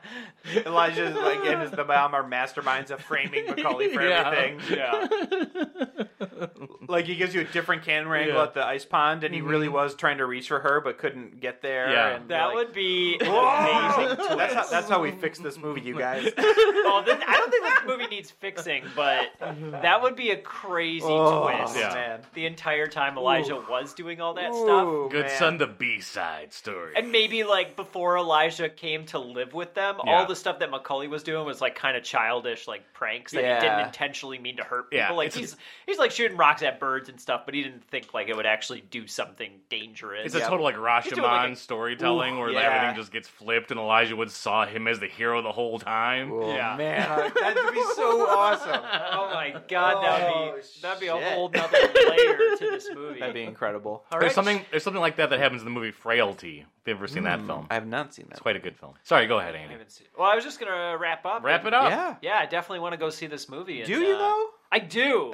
Elijah's like and his, the mom are masterminds of framing Macaulay for
[laughs] Yeah.
everything.
yeah,
Like he gives you a different camera angle
Yeah.
at the ice pond, and he really was trying to reach for her but couldn't get there.
Yeah.
and
[laughs] that
like, [laughs]
would be
"Whoa!"
amazing."
That's how, that's how we fix this movie, you guys.
Well, then, I don't think this movie needs fixing, but that would be a crazy
Mm-hmm. Oh,
twist.
Yeah.
man.
The entire time Elijah was doing all that
Ooh,
stuff.
good
man.
son, the B side story.
And maybe like before Elijah came to live with them,
Yeah.
all the stuff that Macaulay was doing was like kind of childish, like pranks that
Yeah.
he didn't intentionally mean to hurt people.
Yeah,
like
it's a-
he's he's like shooting rocks at birds and stuff, but he didn't think like it would actually do something dangerous.
It's
Yeah.
a total like
doing,
Rashomon
like, a-
storytelling
Ooh,
where
yeah.
everything just gets flipped, and Elijah Wood saw him as the hero the whole time.
Oh
Yeah.
man, that'd be so awesome.
oh my god, that'd be
Oh,
that'd be a
shit.
whole nother layer to
[laughs]
this movie.
That'd be incredible.
All
There's
right.
something there's something like that that happens in the movie Frailty. If you've ever seen that film,
Hmm. I have not seen that.
quite a good film. Sorry, go ahead, Andy.
I haven't seen- Well, I was just gonna wrap up.
Wrap
and-
it up.
Yeah.
Yeah, I definitely want to go see this movie. and,
Do you
uh,
know? [laughs]
I do.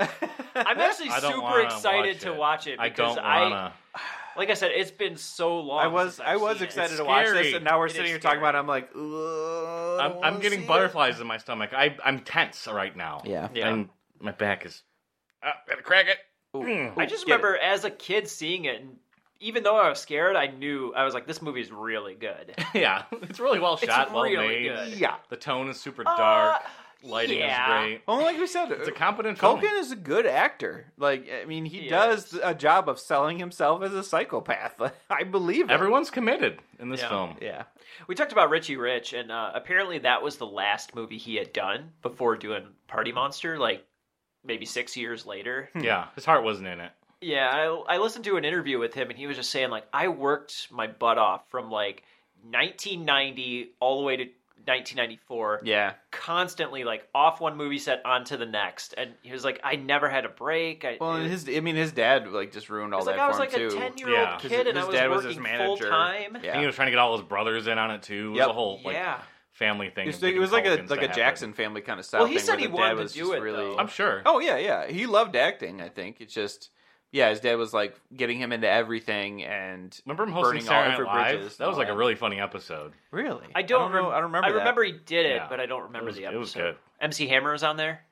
I'm actually
I don't
super
wanna
excited
watch
to
it.
watch it
I
because
don't
I,
wanna.
like I said, it's been so long.
I was
since I've
I was
seen it.
excited
It's
to watch this,
scary.
and now we're
It
sitting
is
here talking
scary.
about. it. I'm like, "Ugh, I
I'm,
don't
I'm
wanna
getting
see
butterflies in my stomach. I I'm tense right now.
it." Yeah.
Yeah.
And my back is. Uh, gotta crack it. [laughs]
Ooh.
I just
Get it.
remember as a kid seeing it, and even though I was scared, I knew I was like, this movie is
[laughs]
really good. [laughs]
yeah, it's really well
It's
shot, well
really
made.
good. Uh,
Yeah.
The tone is super dark. Lighting
yeah.
is great.
Well, like we said,
It's a competent film.
Culkin is a good actor. Like, I mean, he
He
does a job of selling himself as a psychopath. [laughs] I believe it.
Everyone's committed in this
Yeah.
film.
Yeah.
We talked about Richie Rich, and uh, apparently that was the last movie he had done before doing Party Monster, like maybe six years later. [laughs]
Yeah, his heart wasn't in it.
Yeah, I, I listened to an interview with him, and he was just saying like I worked my butt off from like 1990 all the way to 1994,
Yeah.
constantly like off one movie set onto the next, and he was like I never had a break. I,
Well,
it-
and his I mean, his dad like just ruined
it
all
was
that
like I was
for
like
him
a
too.
10 year
Yeah.
old
'Cause
kid, and I
his
was
dad was his
working full
manager.
time.
I think he
Yeah.
was trying to get all his brothers in on it too. It was
Yep.
a whole like
Yeah.
family thing.
It was,
of
like- it was like a
Culkins
like
to
a
happen.
Jackson family kind of style.
Well, he
thing
said
where
he
the
wanted
dad
to
was
do
just
it,
Really,
though.
I'm sure.
Oh yeah, yeah. He loved acting. I think it's just yeah. His dad was like getting him into everything, and
Remember him hosting
burning all
Saturday Night
Everett
Live?
Bridges
That was
and
like
all
a
that.
really funny episode.
really.
I don't,
know. I don't remember.
I
that.
remember he did it,
Yeah.
but I don't remember
was-
the
it
episode.
was good.
MC Hammer was on there.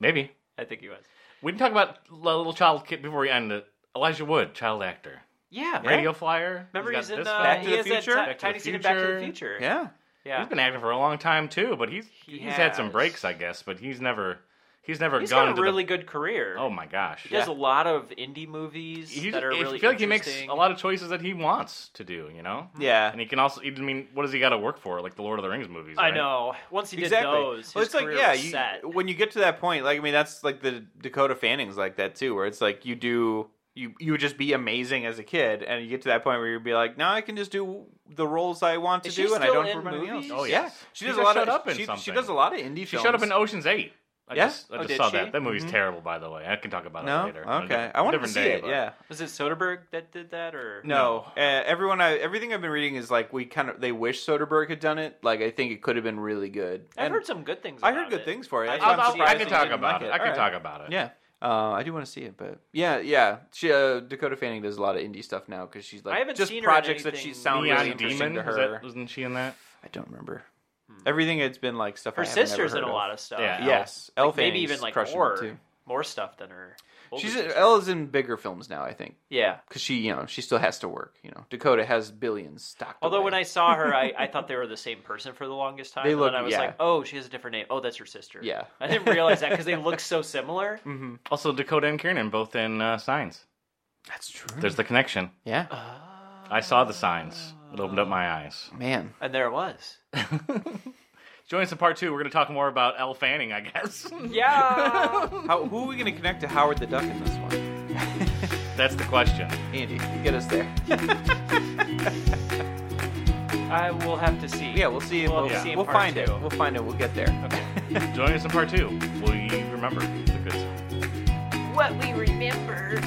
Maybe
I think he was.
We didn't talk about the little child kid before we end it. Elijah Wood, child actor,
Yeah.
radio flyer.
Remember
got
he's, in
this
uh,
back.
to
he
the
is that
Future?
ti-
Back to the
tiny scene in Back to the
Future.
Future.
Yeah.
Yeah.
He's been acting for a long time too, but he's
He
he's had some
has.
breaks, I guess. But he's never he's never
He's
gone
got
to
a really
the.
good career.
Oh my gosh!
He does a lot of indie movies
He-
that are
I
really
feel like he makes
interesting.
a lot of choices that he wants to do. You know.
Yeah.
And he can also. I mean, what does he got to work for? Like the Lord of the Rings movies.
I
right?
know. Once he
Exactly.
did those,
well,
his
it's like
career
yeah,
was
you,
set.
when you get to that point, like I mean, that's like the Dakota Fannings like that too, where it's like you do you you would just be amazing as a kid, and you get to that point where you'd be like, now I can just do the roles I want to
Is she
do, and I
still
don't
in
remember anything else.
movies?
Oh,
yeah,
yes. She
she does a
just
lot of
showed up in
she, she
something.
does a lot of indie.
She showed up in
films.
Ocean's Eight. I
Yeah?
just, I
Oh,
just
did
saw
she?
that. That movie's terrible, by the way. I can talk about
Mm-hmm. No,
it later. on a
okay.
different-
I wanted to
different
see
day,
it.
but-
Yeah.
Was it Soderbergh that did that, or
No, uh, everyone. I everything I've been reading is like we kind of they wish Soderbergh had done it. Like I think it could have been really good.
I've
And-
heard some good things.
I
about
heard good
it.
things for it.
I
That's
didn't
why I'm
I'll- I'll-
see it.
I
surprised
can
you
talk
didn't
about
like
it.
it.
I can
Alright.
talk about it.
Yeah. Uh, I do want to see it, but yeah, yeah. She, uh, Dakota Fanning does a lot of indie stuff now because she's like
I haven't
just
seen her in
projects that
anything
she sound
Neon
really interesting
Demon.
to
was
her.
that, wasn't she in that?
I don't remember. Everything it's been like stuff.
Hmm. Her
I haven't ever
sister's in
heard
a lot of
of
stuff.
Yeah.
Like,
Yes, Elle
maybe
Fanning's
even like
crushing it,
more
too.
more stuff than her. older
She's
sister.
Elle is in bigger films now, I think,
yeah.
because she you know she still has to work. You know, Dakota has billions stocked.
Although
away.
when I saw her, I, I thought they were the same person for the longest time.
They
and
look-
then I was
yeah.
like, oh, she has a different name. Oh, that's her sister.
Yeah. Mm-hmm.
I didn't realize that
[laughs]
because they look so similar.
Also, Dakota and Kiernan both in uh, Signs.
that's true.
There's the connection.
yeah,
Uh,
I saw the signs. It opened up my eyes. [laughs]
man.
And there it was.
[laughs]
Join us in part two. We're going to talk more about Elle Fanning, I guess. [laughs]
Yeah.
How, who are we going to connect to Howard the Duck in this one?
That's the question.
Andy, get
[laughs]
us there.
I will have to see.
Yeah, we'll see.
We'll
We'll,
have to see in
we'll
part
find it.
two.
We'll find it. We'll get there.
Join us in part two. We remember the good stuff.
What we remember.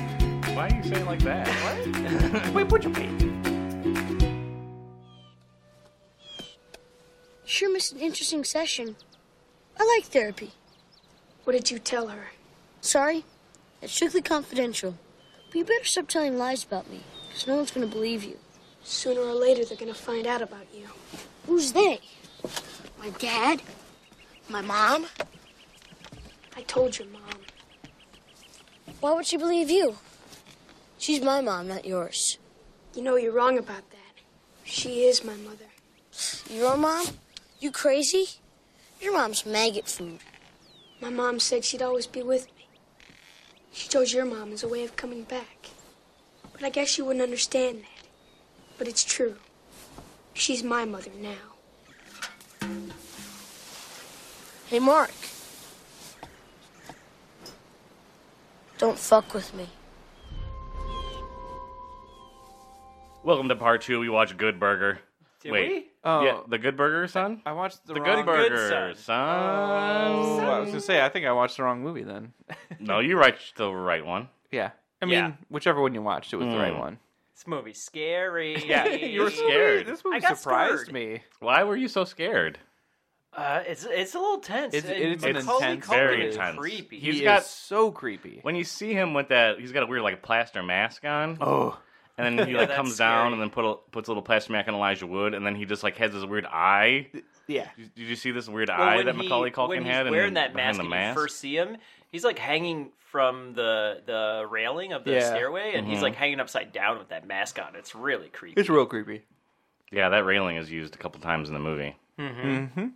Why do you say it like that?
[laughs] Wait, would you pay?
Sure missed an interesting session. I like therapy. What did you tell her? Sorry, it's strictly confidential. But you better stop telling lies about me, because no one's going to believe you.
Sooner or later, they're going to find out about you.
Who's they? My dad? My mom?
I told your mom.
Why would she believe you? She's my mom, not yours.
You know you're wrong about that. She is my mother.
Your mom? You crazy? Your mom's maggot food.
My mom said she'd always be with me. She chose your mom as a way of coming back. But I guess she wouldn't understand that. But it's true. She's my mother now.
Hey, Mark. Don't fuck with me.
Welcome to part two. We watch Good Burger.
Did
Wait.
we?
Oh,
Yeah, the Good Burger, son?
I watched the,
The
wrong
Good Burger,
Uh, Good Son.
son.
Oh, I was gonna say I think I watched the wrong movie then. [laughs]
No, you watched the right one.
yeah, I mean
Yeah.
whichever one you watched, it was the right
Hmm.
one.
This
[laughs]
movie's scary.
Yeah, you were scared.
This movie
I got
surprised
scared.
me.
Why were you so scared?
[laughs] Uh, it's it's a little tense.
It's-
and
it's an
Macaulay
intense
Culkin
Very
is
intense.
Creepy.
He's
he
got-
is so creepy.
When you see him with that, he's got a weird like plaster mask on,
Oh,
and then he
Yeah,
like
[laughs] that's
comes down
scary.
and then put a, puts a little plaster mask on Elijah Wood, and then he just like has this weird eye.
yeah.
Did you see this weird
Well,
eye
when
that
he-
Macaulay Culkin
when he's
had? and
wearing
then
that
behind
mask,
the
and you first see him, he's like hanging from the the railing of the
Yeah.
stairway, and
Mm-hmm.
he's like hanging upside down with that mask on. It's really creepy.
It's real creepy.
Yeah, that railing is used a couple times in the movie. Mm-hmm.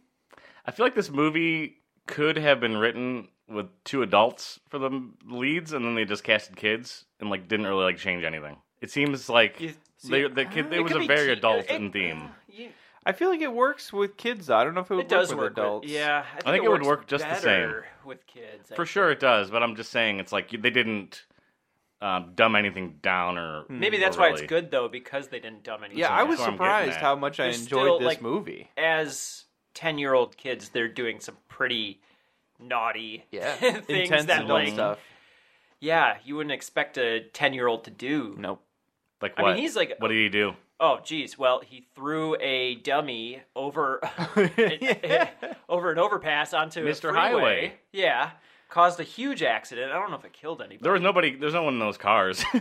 I feel like this movie could have been written with two adults for the m- leads, and then they just casted kids and like didn't really like change anything. It seems like
You- see, uh,
they, the kid there
it
was a
could be
very
teen-
adult
it-
in
[sighs]
theme.
You-
I feel like it works with kids. though. I don't know if it would
it does
work with
work. with-
adults.
yeah, I think,
think it would
works
work just the same.
better with kids
For
I think.
sure, it does. But I'm just saying, it's like they didn't um, dumb anything down or
Maybe
or
that's why
really-
it's good though because they didn't dumb anything.
yeah. I
down.
was
what I'm getting
surprised
at.
how much I
There's
enjoyed
still,
this
like- [laughs]
movie.
as 10 year old kids, they're doing some pretty naughty
Yeah,
[laughs] things
intense
that,
adult
like,
stuff.
yeah, you wouldn't expect a 10 year old to do.
Nope.
Like
I
what?
mean, he's like-
what did he do?
Oh, geez. Well, he threw a dummy [laughs]
[laughs]
over over an overpass onto a
Mr.
freeway.
Highway.
Yeah. caused a huge accident. I don't know if it killed anybody.
There was nobody. There's no one in those cars, [laughs]
[laughs]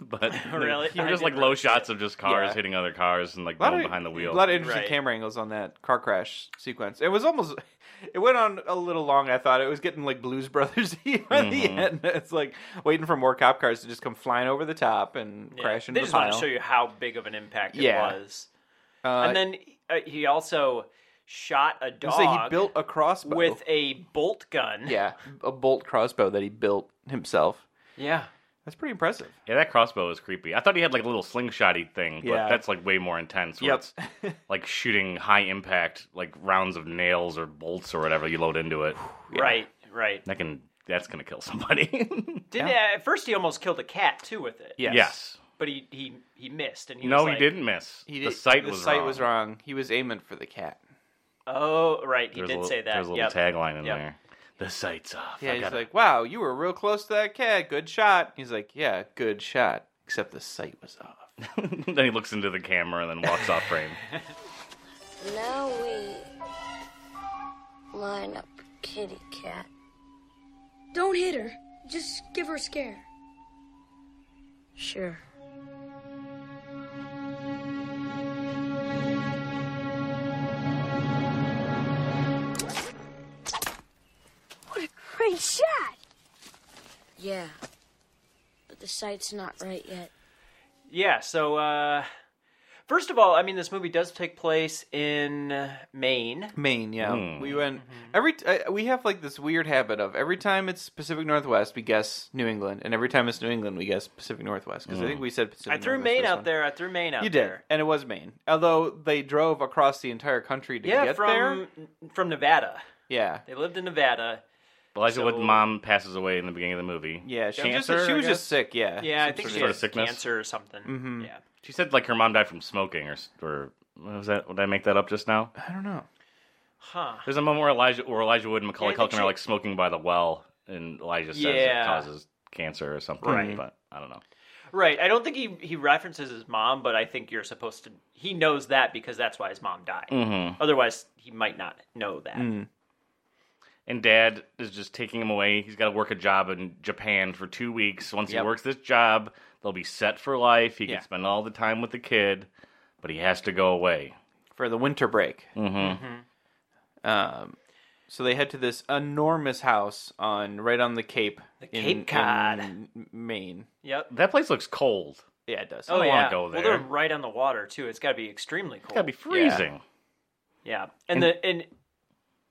but
Really?
they're
I
just like
didn't
low
notice
shots of just cars
Yeah.
hitting other cars and like
A lot
going
of-
behind the wheel.
A lot of interesting
Right.
camera angles on that car crash sequence. It was almost, it went on a little long. I thought it was getting like Blues Brothers [laughs] at the
Mm-hmm.
end. It's like waiting for more cop cars to just come flying over the top and
Yeah.
crash into
They just
the
want
pile.
to show you how big of an impact it
Yeah.
was.
Uh,
and then uh, he also shot a
I
dog
was gonna say he built a crossbow
with a bolt
[laughs]
gun.
yeah, a bolt crossbow that he built himself.
Yeah.
That's pretty impressive.
yeah, that crossbow was creepy. I thought he had like a little slingshotty thing, but
Yeah.
that's like way more intense. where
Yep.
it's, like shooting high impact, like rounds of nails or bolts or whatever you load into it. [sighs]
Right, right.
That can that's gonna kill somebody. [laughs]
Didn't at first he almost killed a cat too with it.
Yes.
yes.
But he he he missed and he
No,
was
he
like,
didn't miss.
He
the
did-
sight
the
was
sight
wrong.
was wrong. He was aiming for the cat.
Oh, right, he
There's a
did
little-
say that.
There's a little
Yep.
tagline in
Yep.
there. The sight's off.
Yeah,
I
he's
gotta-
like, "Wow, you were real close to that cat. Good shot." He's like, "Yeah, good shot." Except the sight was off.
[laughs] then he looks into the camera and then walks off
[laughs]
frame.
Now we line up kitty cat.
Don't hit her. Just give her a scare.
Sure.
What a great shot!
Yeah. But the site's not right yet.
Yeah, so uh first of all, I mean this movie does take place in Maine.
Maine, yeah. We went
Mm-hmm.
every. T- uh, we have like this weird habit of every time it's Pacific Northwest, we guess New England, and every time it's New England, we guess Pacific Northwest because I think we said Pacific.
I threw
Northwest
Maine
this
out
one.
there. I threw Maine out
You did,
there.
and it was Maine. Although they drove across the entire country to
Yeah,
get
from
there.
from Nevada.
Yeah,
They lived in Nevada.
Elijah Wood's
So-
mom passes away in the beginning of the movie.
yeah. She
Cancer,
just she
I
was
guess?
just sick. Yeah,
Yeah, I
Some sort
think she
sort
had
of sickness. Mm-hmm.
cancer or something. Yeah.
She said like her mom died from smoking or s- or what was that? Did I make that up just now?
of- I don't know.
Huh.
There's a moment where Elijah where Elijah Wood and Macaulay
Yeah, I think
Culkin
she-
are like smoking by the well, and Elijah says
Yeah.
it causes cancer or something.
Right.
But I don't know.
Right. I don't think he, he references his mom, but I think you're supposed to. He knows that because that's why his mom died. Mm-hmm. Otherwise, he might not know that.
Mm.
And Dad is just taking him away. He's got to work a job in Japan for two weeks. Once
Yep.
he works this job, they'll be set for life. He
Yeah.
can spend all the time with the kid, but he has to go away.
for the winter break. Mm-hmm. Um, so they head to this enormous house on right on the Cape, the
Cape Cod.
Maine.
Yep.
That place looks cold.
Yeah, it does.
Oh,
wanna
yeah.
go
Well,
there.
they're right on the water, too. It's got to be extremely cold.
It's gotta be freezing.
Yeah. And, the. and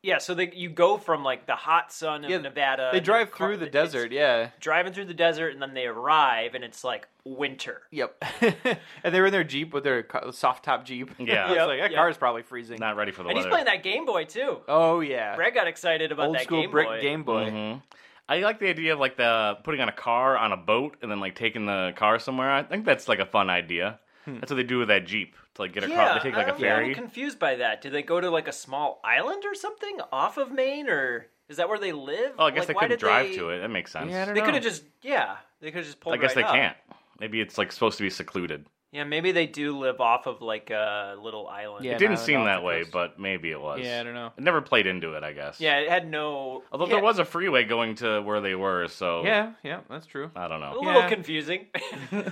Yeah, so they, you go from like the hot sun of
Yeah,
Nevada.
They
uh, and
drive
the car-
through the
it's
desert. Yeah.
Driving through the desert, and then they arrive, and it's like winter.
Yep. [laughs] and they were in their jeep with their co- soft top jeep. [laughs]
Yeah.
it's
Yep,
like that
yep.
car is probably freezing.
Not ready for the
And he's
weather.
playing that Game Boy, too.
oh yeah.
Brad got excited about
Old
that
school
Game
brick
Boy.
Game Boy.
I like the idea of like the putting on a car on a boat and then like taking the car somewhere. I think that's like a fun idea.
Hmm.
That's what they do with that jeep to like get across.
Yeah,
they take like
I
a
don't- yeah,
ferry.
I'm confused by that. Do they go to like a small island or something off of Maine, or is that where they live?
Oh, I guess
like,
they
why
couldn't
did
drive
they-
to it. That makes sense.
Yeah, I don't
They
know.
could have just yeah, they could have just pulled.
I guess
right
they
up.
can't. Maybe it's like supposed to be secluded.
Yeah, maybe they do live off of like a little island.
Yeah.
It
And
didn't
island
seem
off
that
the
way,
coast.
but maybe it was.
Yeah, I don't know.
It never played into it, I guess.
yeah, it had no.
Although
yeah,
there was a freeway going to where they were, so
Yeah, yeah, that's true.
I don't
a
know.
little
yeah. [laughs]
confusing. [laughs]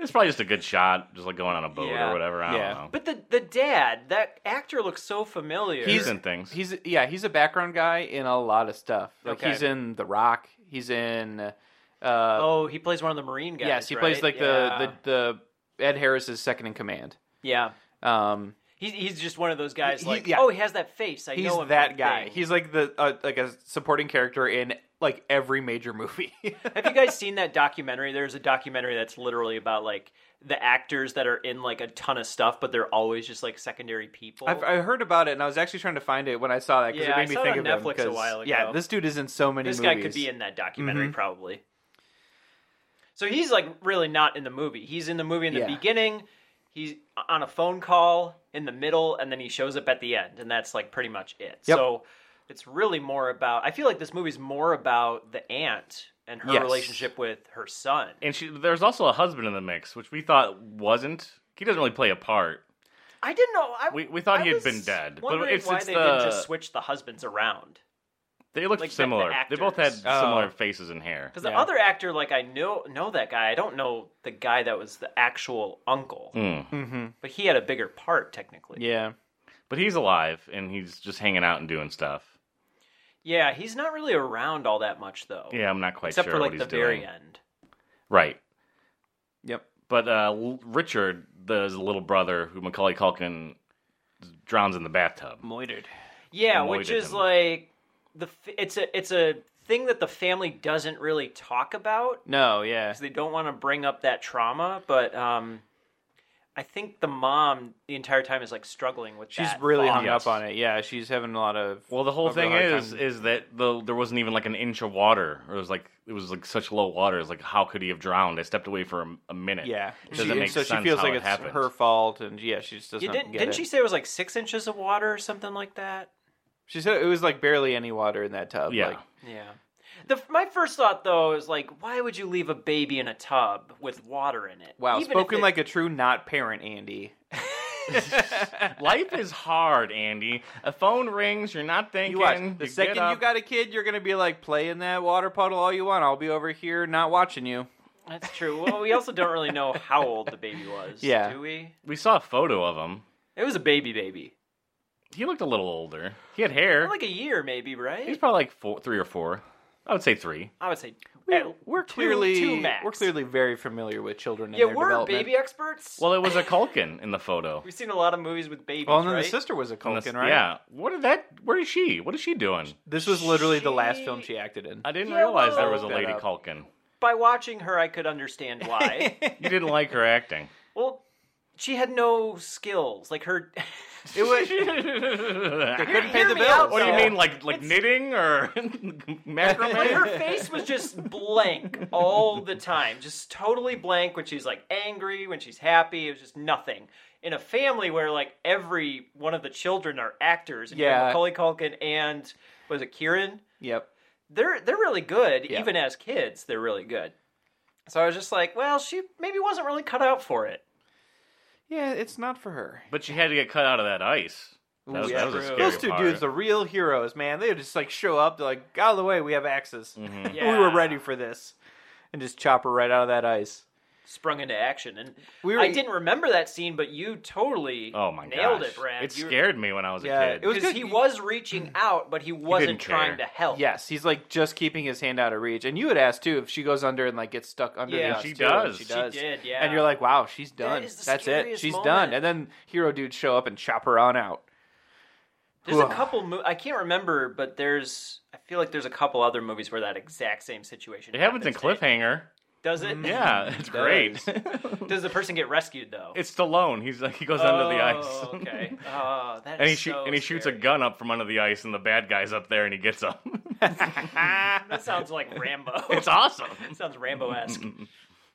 It's probably just a good shot, just like going on a boat
Yeah.
or whatever. I
Yeah.
don't know.
but the the dad, that actor looks so familiar.
he's in things.
He's yeah, he's a background guy in a lot of stuff. Like
Okay.
he's in The Rock. He's in uh,
oh, he plays one of the Marine guys.
Yes, he
right?
plays like
yeah.
the, the the Ed Harris's second in command.
yeah.
Um,
He's, he's just one of those guys
He-
like
yeah.
oh he has that face I
he's
know him
that
from
guy.
things."
He's like the uh, like a supporting character in like every major movie. [laughs]
Have you guys seen that documentary? There's a documentary that's literally about like the actors that are in like a ton of stuff, but they're always just like secondary people.
I've, I heard about it, and I was actually trying to find it when I saw that because
Yeah,
it
I
made me
saw it
think of
on
him,
Netflix a
'cause,
while ago.
Yeah, this dude is in so many.
this
movies. Mm-hmm.
guy could be in that documentary probably. So he's like really not in the movie. He's in the movie in the
Yeah.
beginning. He's on a phone call in the middle, and then he shows up at the end, and that's like pretty much it.
Yep.
So it's really more about. I feel like this movie's more about the aunt and her
Yes.
relationship with her son.
and she, there's also a husband in the mix, which we thought wasn't. He doesn't really play a part.
I didn't know. I,
We- we thought
I
he had
was
been dead, but
wondering
it's-
why
it's
they didn't
the-
just switch the husbands around.
They looked
Like the- the
similar. they both had
actors.
Oh.
similar faces and hair.
Because the other actor, like I know know that guy. I don't know the guy that was the actual uncle,
Mm.
but he had a bigger part technically.
Yeah.
But he's alive and he's just hanging out and doing stuff.
Yeah, he's not really around all that much though.
Yeah, I'm not quite
except
sure
for
what
like
he's
the very
doing.
end.
Right.
Yep.
But uh, L- Richard, the little brother who Macaulay Culkin drowns in the bathtub.
Moitered.
Yeah,
annoyed
which
at
is
him.
like the f- it's a it's a thing that the family doesn't really talk about
No, yeah.
'cause they don't want to bring up that trauma, but um I think the mom the entire time is like struggling with
She's
that
really
thought.
hung up on it. Yeah, she's having a lot of.
Well, the whole
a real
thing
hard
is
time.
is that the, there wasn't even like an inch of water. It was like it was like such low water. It's like how could he have drowned? I stepped away for a, a minute.
yeah.
doesn't
She-
make
so
sense
she feels
how
like
it
it's
happened.
her fault, and yeah, she just doesn't
You didn't
get
didn't
it.
she say it was like six inches of water or something like that?
She said it was like barely any water in that tub.
Yeah.
Like,
Yeah. The, my first thought though is like, why would you leave a baby in a tub with water in it?
wow,
Even if
spoken
it-
like a true not parent, Andy.
Life is hard, Andy. A phone rings. You're not thinking.
You watch. The
get
second you
up.
got a kid, you're gonna be like, play in that water puddle all you want. I'll be over here not watching you.
[laughs] that's true. Well, we also don't really know how old the baby
[laughs]
was.
Yeah.
do we?
we saw a photo of him.
It was a baby baby,
He looked a little older. He had hair.
like a year maybe,
He's
right?
probably like four, three or four. I would say three.
I would say
We're, we're
two-
clearly
two max.
we're clearly very familiar with children.
yeah
and their
we're
development.
baby experts.
Well, it was a Culkin in the photo.
we've seen a lot of movies with babies,
Well, and then
right?
the sister was a
In
Culkin,
the-
right?
Yeah. What did that? Where is she? What is she doing?
This was literally the last
She-
film she acted
[laughs]
in.
I didn't
Yeah,
realize there
well-
was a
Look that
lady
up.
Culkin.
By watching her, I could understand
[laughs]
why.
You didn't like her acting.
well, she had no skills. Like her,
[laughs]
It was
[laughs]
couldn't pay
Hear
the
me out,
bills.
What do you
though.
mean, like like knitting or [laughs]
Like her [laughs]
macrame?
face was just blank all the time, just totally blank when she's like angry, when she's happy. It was just nothing. In a family where like every one of the children are actors, and you have
Yeah.
Macaulay Culkin and was it Kieran?
Yep.
They're they're really good,
Yeah.
even as kids, they're really good. So I was just like, well, she maybe wasn't really cut out for it.
Yeah, it's not for her.
but she had to get cut out of that ice. That was,
yeah,
that was a
true.
scary
Those two
part.
dudes are real heroes, man. They just like show up, they're like, out of the way, we have access.
[laughs] Yeah.
We were ready for this. And just chop her right out of that ice.
Sprung into action, and
We were-
I didn't remember that scene, but you totally
oh my god,
nailed it, Brad.
It
You-
scared me when I was
Yeah,
a kid.
it was-
because
good.
he
[clears throat]
was reaching out, but he wasn't
didn't
trying
care.
to help.
Yes, he's like just keeping his hand out of reach. And you would ask too if she goes under and like gets stuck under
Yeah.
the ice.
She
too, and
does.
She
She
does.
did, yeah.
And you're like, wow, she's done.
is the
That's it.
scariest
She's
moment.
done. And then hero dudes show up and chop her on out.
There's a
Ugh.
couple. Mo- I can't remember, but there's. I feel like there's a couple other movies where that exact same situation.
it happens in
happens.
Cliffhanger.
Does Mm-hmm. it?
Yeah, it's great.
Does the person get rescued though?
[laughs] it's Stallone. He's like he goes under the ice.
Oh, okay. Oh,
[laughs]
that
And he,
is
shoot-
so
and he shoots a
scary.
gun up from under the ice, and the bad guy's up [laughs] there, and he gets him.
That sounds like Rambo.
[laughs] it's
[laughs]
awesome.
That
[laughs]
sounds Rambo-esque.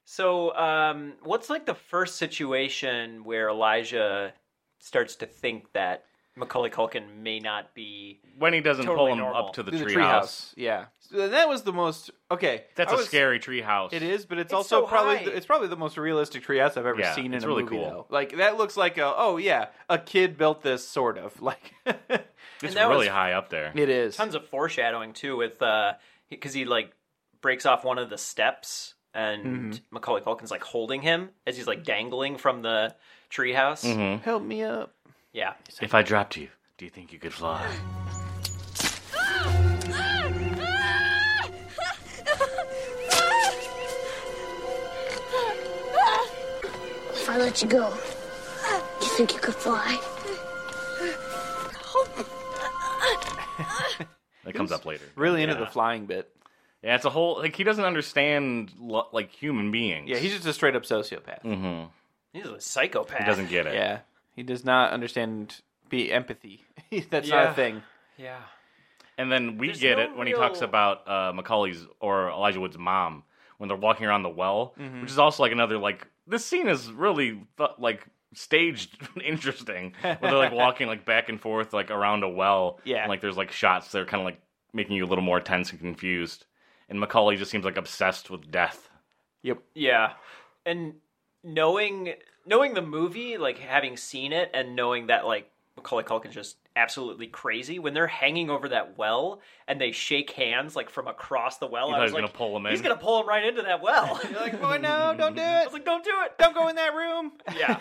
so, um, what's like the first situation where Elijah starts to think that Macaulay Culkin may not be?
When he doesn't
Totally
pull him
normal.
up to the,
Through
treehouse,
the treehouse. Yeah. So then that was the most okay.
that's
a
a scary treehouse.
It is, but it's,
It's
also
so
probably
high.
the, it's probably the most realistic treehouse I've ever
Yeah,
seen in
it's
a
really
movie.
cool.
Though. Like that looks like a oh yeah, a kid built this sort of [laughs] like
It's
that
really
was-
high up there.
it is.
Tons of foreshadowing too, with because he like breaks off one of the steps, and Macaulay Culkin's like holding him as he's like dangling from the treehouse.
Mm-hmm.
Help me up.
Yeah,
If I dropped you, do you think you could fly?
Ah! [laughs] Ah!
If I let you go, you think you could fly?
That comes up later.
Really into
Yeah.
the flying bit.
Yeah, it's a whole like he doesn't understand lo- like human beings.
Yeah, he's just a straight up sociopath.
he's a psychopath.
he doesn't get it.
Yeah, he does not understand be empathy. [laughs] That's not
Yeah.
a thing.
Yeah,
And then we
There's
get
no
it when he
real-
talks about uh, Macaulay's or Elijah Wood's mom when they're walking around the well,
Mm-hmm.
which is also like another like this scene is really th- like staged [laughs] interesting where they're
[laughs]
like walking like back and forth like around a well.
Yeah.
and, like there's like shots that are kind of like making you a little more tense and confused. And Macaulay just seems like obsessed with death.
Yep.
yeah, and knowing knowing the movie, like having seen it, and knowing that like Macaulay Culkin's just absolutely crazy when they're hanging over that well and they shake hands like from across the well.
You
I
thought
was
he was
like,
gonna pull 'em
He's
in?
gonna pull him right into that well.
You're like, oh no, don't do
I
it.
was like, don't do it.
Don't go in that room. [laughs]
Yeah.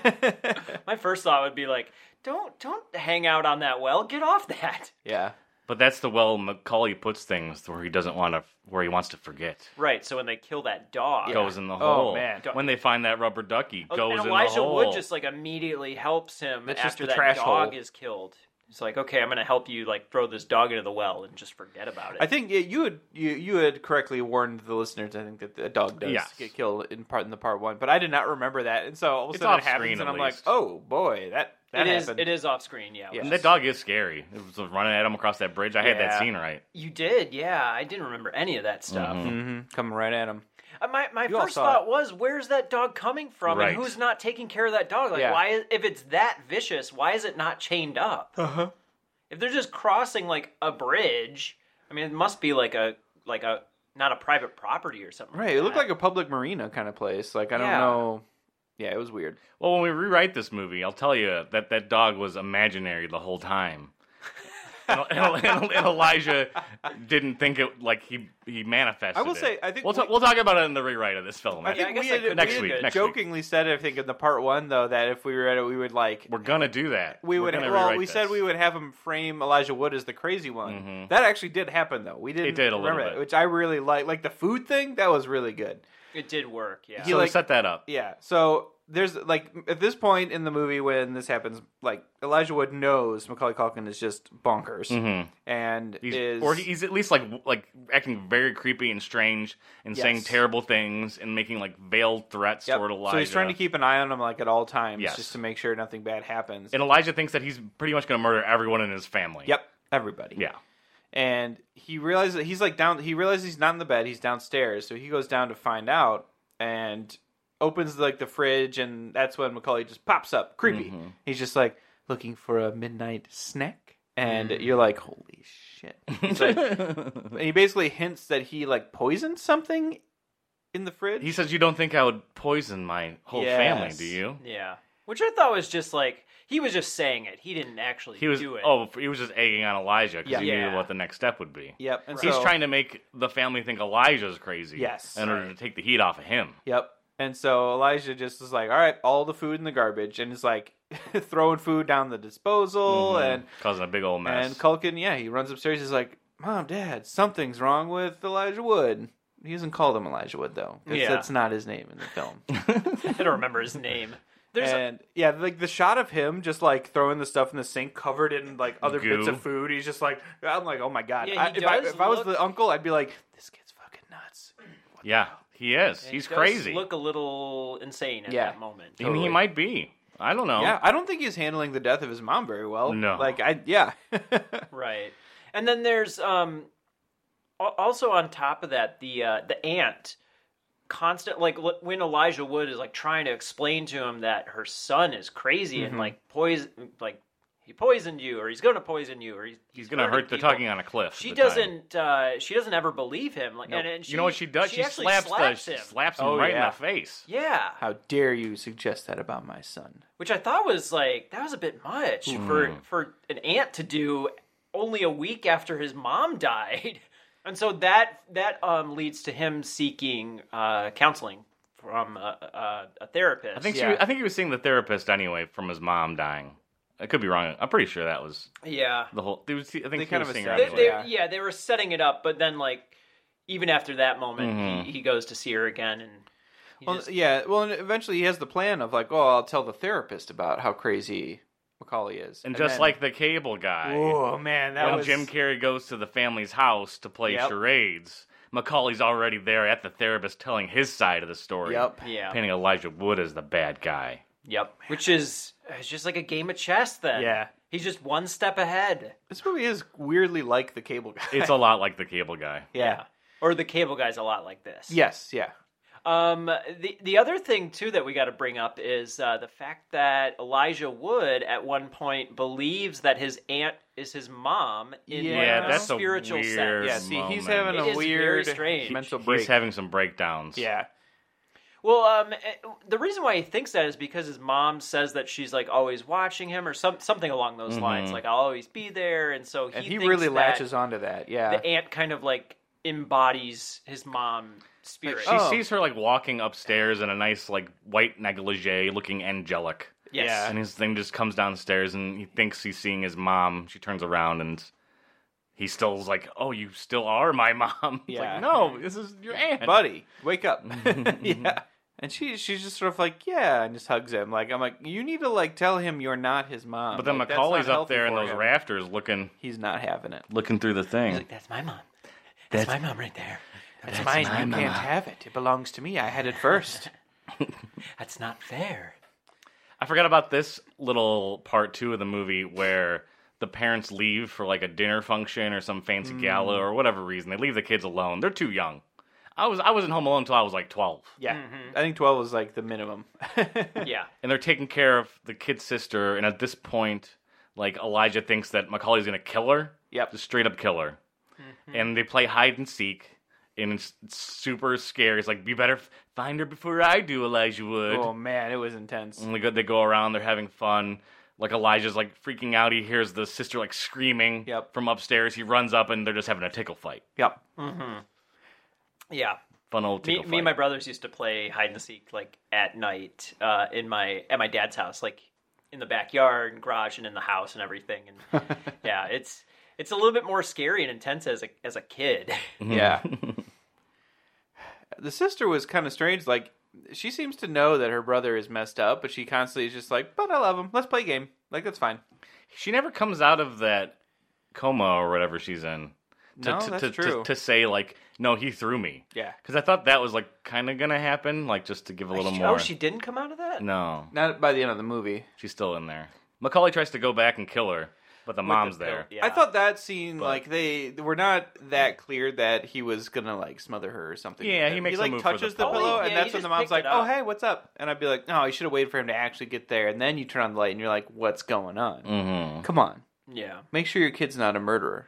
My first thought would be like, don't don't hang out on that well. Get off that.
Yeah.
But that's the well Macaulay puts things where he doesn't want to, where he wants to forget.
Right. So when they kill that dog,
Goes in the
Oh,
hole.
man.
When they find that rubber ducky,
Oh,
goes
and
in
Elijah
the hole.
Wood just like immediately helps him
That's just
after
the
that
trash
dog
hole.
is killed. It's like, okay, I'm gonna help you like throw this dog into the well and just forget about it.
I think yeah, you had you you had correctly warned the listeners. I think that the dog does
Yes.
get killed in part in the part one, but I did not remember that, and so all of a
It's
sudden
off
it
screen,
happens, and
at
I'm like,
least.
oh boy, that that
it is
happened.
it is off screen, yeah.
Yeah.
And that dog is scary. It was running at him across that bridge. I had
Yeah.
that scene right.
You did, yeah. I didn't remember any of that stuff.
Mm-hmm.
Mhm, coming right at him.
Uh, My my
all
first
saw
thought
it.
was, where's that dog coming from,
Right.
and who's not taking care of that dog? Like,
Yeah.
why is, if it's that vicious, why is it not chained up?
Uh-huh.
If they're just crossing like a bridge, I mean, it must be like a like a not a private property or something.
Right, it looked like a public marina kind of place. Like I don't
Yeah.
know. Yeah, it was weird.
Well, when we rewrite this movie, I'll tell you that that dog was imaginary the whole
[laughs]
time. and, and- and- and Elijah didn't think it like he he manifested.
I will
it.
say, I think
we'll, ta-
we-
we'll talk about it in the rewrite of this film.
I
Yeah, I
think
guess
we
I
had,
could
we
next
had
week, next week.
jokingly said, I think in the part one though, that if we read it, we would like
We're gonna do that.
we
We're
would.
gonna
Well,
rewrite
we
this.
said
Mm-hmm.
we would have him frame Elijah Wood as the crazy one. That actually did happen though. We didn't
did a little
remember that,
bit.
which I really like. Like the food thing, that was really good.
it did work. Yeah,
He
So
like-
to set that up.
Yeah. So there's like at this point in the movie when this happens, like Elijah Wood knows Macaulay Culkin is just bonkers and
Mm-hmm. He's,
is
Or he's at least like w- like acting very creepy and strange and saying
Yes.
terrible things and making like veiled threats
Yep.
toward Elijah.
So he's trying to keep an eye on him like at all times,
Yes.
just to make sure nothing bad happens.
And Elijah thinks that he's pretty much gonna murder everyone in his family.
yep, everybody.
Yeah.
and he realizes that he's like down he realizes he's not in the bed he's downstairs so he goes down to find out and opens like the fridge and that's when macaulay just pops up creepy
Mm-hmm.
he's just like looking for a midnight snack and
Mm.
you're like holy shit
[laughs]
It's like- and he basically hints that he like poisoned something in the fridge
He says, "You don't think I would poison my whole family,
Yes.
do you?"
yeah. Which I thought was just like he was just saying it. He didn't actually
He was
do it.
oh, he was just egging on Elijah because
Yeah.
he
Yeah.
knew what the next step would be.
yep and
He's
so-
trying to make the family think Elijah's crazy.
Yes.
in order to take the heat off of him.
Yep. And so Elijah just is like, all right, all the food in the garbage, and is like [laughs] throwing food down the disposal,
Mm-hmm.
and
causing a big old mess.
and Culkin, yeah, he runs upstairs. He's like, Mom, Dad, something's wrong with Elijah Wood. He doesn't call him Elijah Wood though. 'cause
Yeah.
that's not his name in the film.
[laughs] I don't remember his name. [laughs] There's
[laughs]
a-
and yeah, like the shot of him just like throwing the stuff in the sink, covered in like other
Goo.
bits of food. He's just like, I'm like, oh my god.
Yeah, he
I- if I,
does
if I was
look-
the uncle, I'd be like, this kid's fucking nuts.
yeah, he is.
and
He's
he does
crazy.
Look a little insane at
Yeah.
that moment.
I mean, he might be. I don't know.
Yeah, I don't think he's handling the death of his mom very well.
No.
like I, yeah. [laughs]
Right. And then there's um al- also on top of that the uh the aunt constant like l- when Elijah Wood is like trying to explain to him that her son is crazy
Mm-hmm.
and like poison like he poisoned you or he's going to poison you or he's
He's gonna
hurting
hurt the
people.
talking on a cliff.
She
at the time.
doesn't uh she doesn't ever believe him like and, and she,
you know what she does?
She,
She,
actually
slaps,
slaps
the,
him.
She slaps him
Oh,
right
yeah.
in the face.
yeah.
How dare you suggest that about my son?
which I thought was like that was a bit much
Hmm.
for for an aunt to do only a week after his mom [laughs] died, and so that that um, leads to him seeking uh, counseling from a, a, a therapist.
I think
Yeah.
she. I think he was seeing the therapist anyway from his mom dying. I could be wrong. I'm pretty sure that was
yeah,
the whole. They was, I think he
kind
was
of
seeing her
they,
established
anyway.
they-
Yeah.
yeah. they were setting it up, but then like even after that moment, he, he goes to see her again, and
Mm-hmm.
he
Well,
just-
yeah. Well, and eventually he has the plan of like, oh, I'll tell the therapist about how crazy Macaulay is,
And just
then-
like the cable guy,
oh man, that
when
was
Jim Carrey goes to the family's house to play
Yep.
charades, Macaulay's already there at the therapist telling his side of the story.
Yep.
yeah,
Painting Elijah Wood as the bad
[laughs]
guy.
yep, which is it's just like a game of chess. Then
Yeah.
he's just one step ahead.
This movie is weirdly like the Cable Guy.
It's a lot like the cable guy.
[laughs] yeah.
Or the cable guy's a lot like this.
Yes. Yeah.
Um, the the other thing too that we got to bring up is uh, the fact that Elijah Wood at one point believes that his aunt is his mom in
Yeah,
like,
Yeah,
a
that's a
spiritual
weird
sense.
Yeah. See,
moment.
he's having
It
a
is very
weird
strange.
mental break.
He's having some breakdowns.
yeah.
Well, um, eh, the reason why he thinks that is because his mom says that she's like always watching him or some something along those lines. Like I'll always be there, and so he
and he
thinks
really
that
latches onto that. Yeah,
The aunt kind of like embodies his mom spirit.
She
Oh.
sees her like walking upstairs in a nice like white negligee, looking angelic.
yes.
yeah.
And his thing just comes downstairs, and he thinks he's seeing his mom. She turns around, and he still is like, "Oh, you still are my [laughs] mom." It's
Yeah.
Like, no, this is your aunt.
buddy,
[laughs]
wake up. [laughs] yeah. And she she's just sort of like, yeah, and just hugs him. Like I'm like, you need to like tell him you're not his mom.
but then
Like, that's not
Macaulay's up
healthy
there in
for
those
him.
rafters, looking
He's not having it.
looking through the
He's
thing.
like, that's my mom. That's, my mom right there.
It's mine. You can't have it. It belongs to me. I had it first.
That's not fair. [laughs]
I forgot about this little part two of the movie where the parents leave for like a dinner function or some fancy
Mm.
gala or whatever reason. They leave the kids alone. They're too young. I was I wasn't home alone until I was like twelve.
[laughs] yeah, I think twelve was like the minimum. [laughs]
Yeah.
And they're taking care of the kid's sister, and at this point, like Elijah thinks that Macaulay's gonna kill her.
Yep.
Just straight up kill her.
Mm-hmm.
And they play hide and seek. And it's, it's super scary. It's like, you better f- find her before I do, Elijah Wood.
oh man, it was intense.
And they go, they go around, they're having fun. Like Elijah's like freaking out. He hears the sister like screaming
Yep.
from upstairs. He runs up and they're just having a tickle fight.
Yep.
Yeah.
Fun old
Me,
tickle fight.
me and my brothers used to play hide and seek like at night uh, in my at my dad's house, like in the backyard and garage and in the house and everything.
[laughs]
And yeah, it's it's a little bit more scary and intense as a as a kid. [laughs]
Yeah. Mm-hmm. [laughs] the sister was kind of strange. Like, she seems to know that her brother is messed up, but she constantly is just like, but I love him. Let's play a game. Like, that's fine.
she never comes out of that coma or whatever she's in. To,
No,
to,
that's
to,
true.
To, to say like, no, he threw me.
Yeah.
Because I thought that was like kind of gonna happen. Like just to give a little
She-
more.
Oh, she didn't come out of that.
No,
Not by the end of the movie.
she's still in there. Macaulay tries to go back and kill her, but the mom's there.
Yeah.
I thought that scene, like, they were not that clear that he was going to, like, smother her or something.
Yeah,
like that.
he makes
He,
a
like,
move for the
touches the
pillow.
pillow,
Yeah,
and
he
that's when
just
the mom's
picked
like,
it
oh,
up.
hey, what's up? And I'd be like, no, you should have waited for him to actually get there. And then you turn on the light, and you're like, what's going on?
Mm-hmm.
Come on.
Yeah.
Make sure your kid's not a murderer.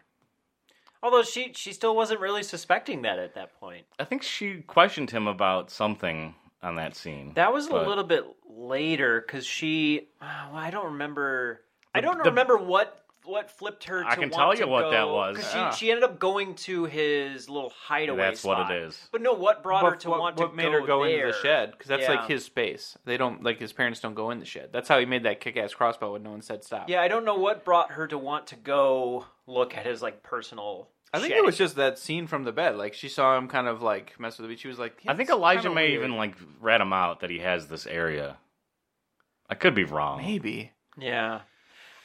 Although she she still wasn't really suspecting that at that point.
I think she questioned him about something on that scene.
That was
But-
a little bit later because she. oh, I don't remember. I don't
the-
remember what what flipped her. To
I can
want
tell
to
you what that
go-
was.
'cause
Yeah.
She, she ended up going to his little hideaway.
That's what
spot.
it is.
But no, what brought her
what,
to
what-
want
what
to
made
go
her go
there?
into the shed because that's
Yeah.
like his space they don't like his parents don't go in the shed that's how he made that kick-ass crossbow when no one said stop
Yeah, I don't know what brought her to want to go look at his like personal.
i think
shed.
it was just that scene from the bed like she saw him kind of like mess with the she was like
I think
"It's
Elijah
kinda
may
weird."
even like rat him out that he has this area. I could be wrong.
maybe
Yeah,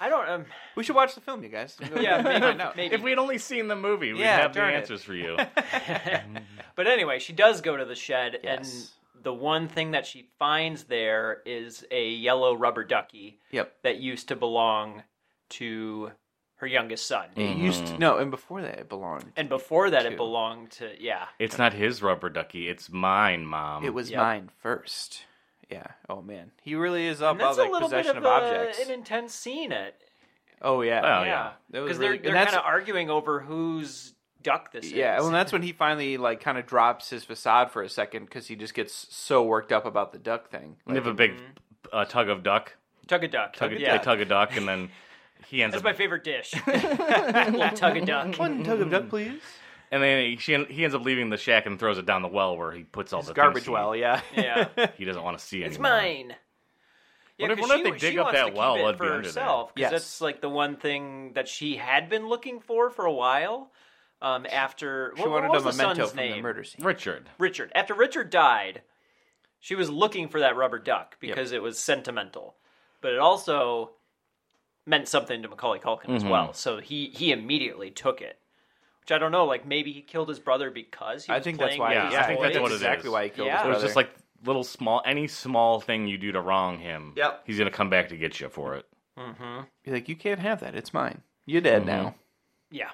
I don't. Um,
we should watch the film you
[laughs]
guys
yeah,
Find
maybe.
out.
[laughs]
maybe.
If we had only seen the movie, we'd
Yeah,
have the
darn it.
answers for you.
But anyway, she does go to the shed,
Yes.
and the one thing that she finds there is a yellow rubber ducky
[laughs] yep
that used to belong to her youngest son.
it used to, no and before that it belonged
And before that,
Two.
it belonged to, yeah.
it's not his rubber ducky. It's mine, mom.
it was
Yep.
mine first yeah oh man he really is up
And that's
about like
a little bit
possession
of,
of,
a-
objects
an intense scene. It,
oh yeah
Well, Oh,
yeah,
yeah.
That was
because
really- and
they're, they're
that's-
kind of arguing over whose duck this
Yeah,
is.
well, that's [laughs] when he finally like kind of drops his facade for a second because he just gets so worked up about the duck thing.
We have a big uh, tug of duck.
tug a duck.
Tug
yeah,
They tug a duck, and
[laughs]
then he ends
that's
up.
my favorite dish. Little Mm-hmm. tug a duck.
One tug of duck, please.
and then he, she, he ends up leaving the shack and throws it down the well where he puts all the things
Garbage
he-
well, yeah.
Yeah,
He doesn't want to see
it's
anymore.
mine. Yeah,
What if-
'cause
what if
she,
they
she
dig up
wants
that
to keep
well?
it
It'd be
for
under there.
herself because
Yes.
that's like the one thing that she had been looking for for a while. Um, after
[laughs] She
what,
wanted
what was
a
the
memento
son's
from
name?
the murder scene.
Richard.
Richard. After Richard died, she was looking for that rubber duck because it was sentimental, but it also meant something to Macaulay Culkin
Mm-hmm.
as well. So he he immediately took it, which I don't know. Like maybe he killed his brother because he
I
was
think that's
playing
why.
with
yeah,
his
I think that's
toys.
what it
exactly
is.
why he killed
Yeah.
his
It was just
brother.
like little small, any small thing you do to wrong him,
Yep.
he's gonna come back to get you for it.
Be like, you can't have that. It's mine. You're dead now.
Yeah,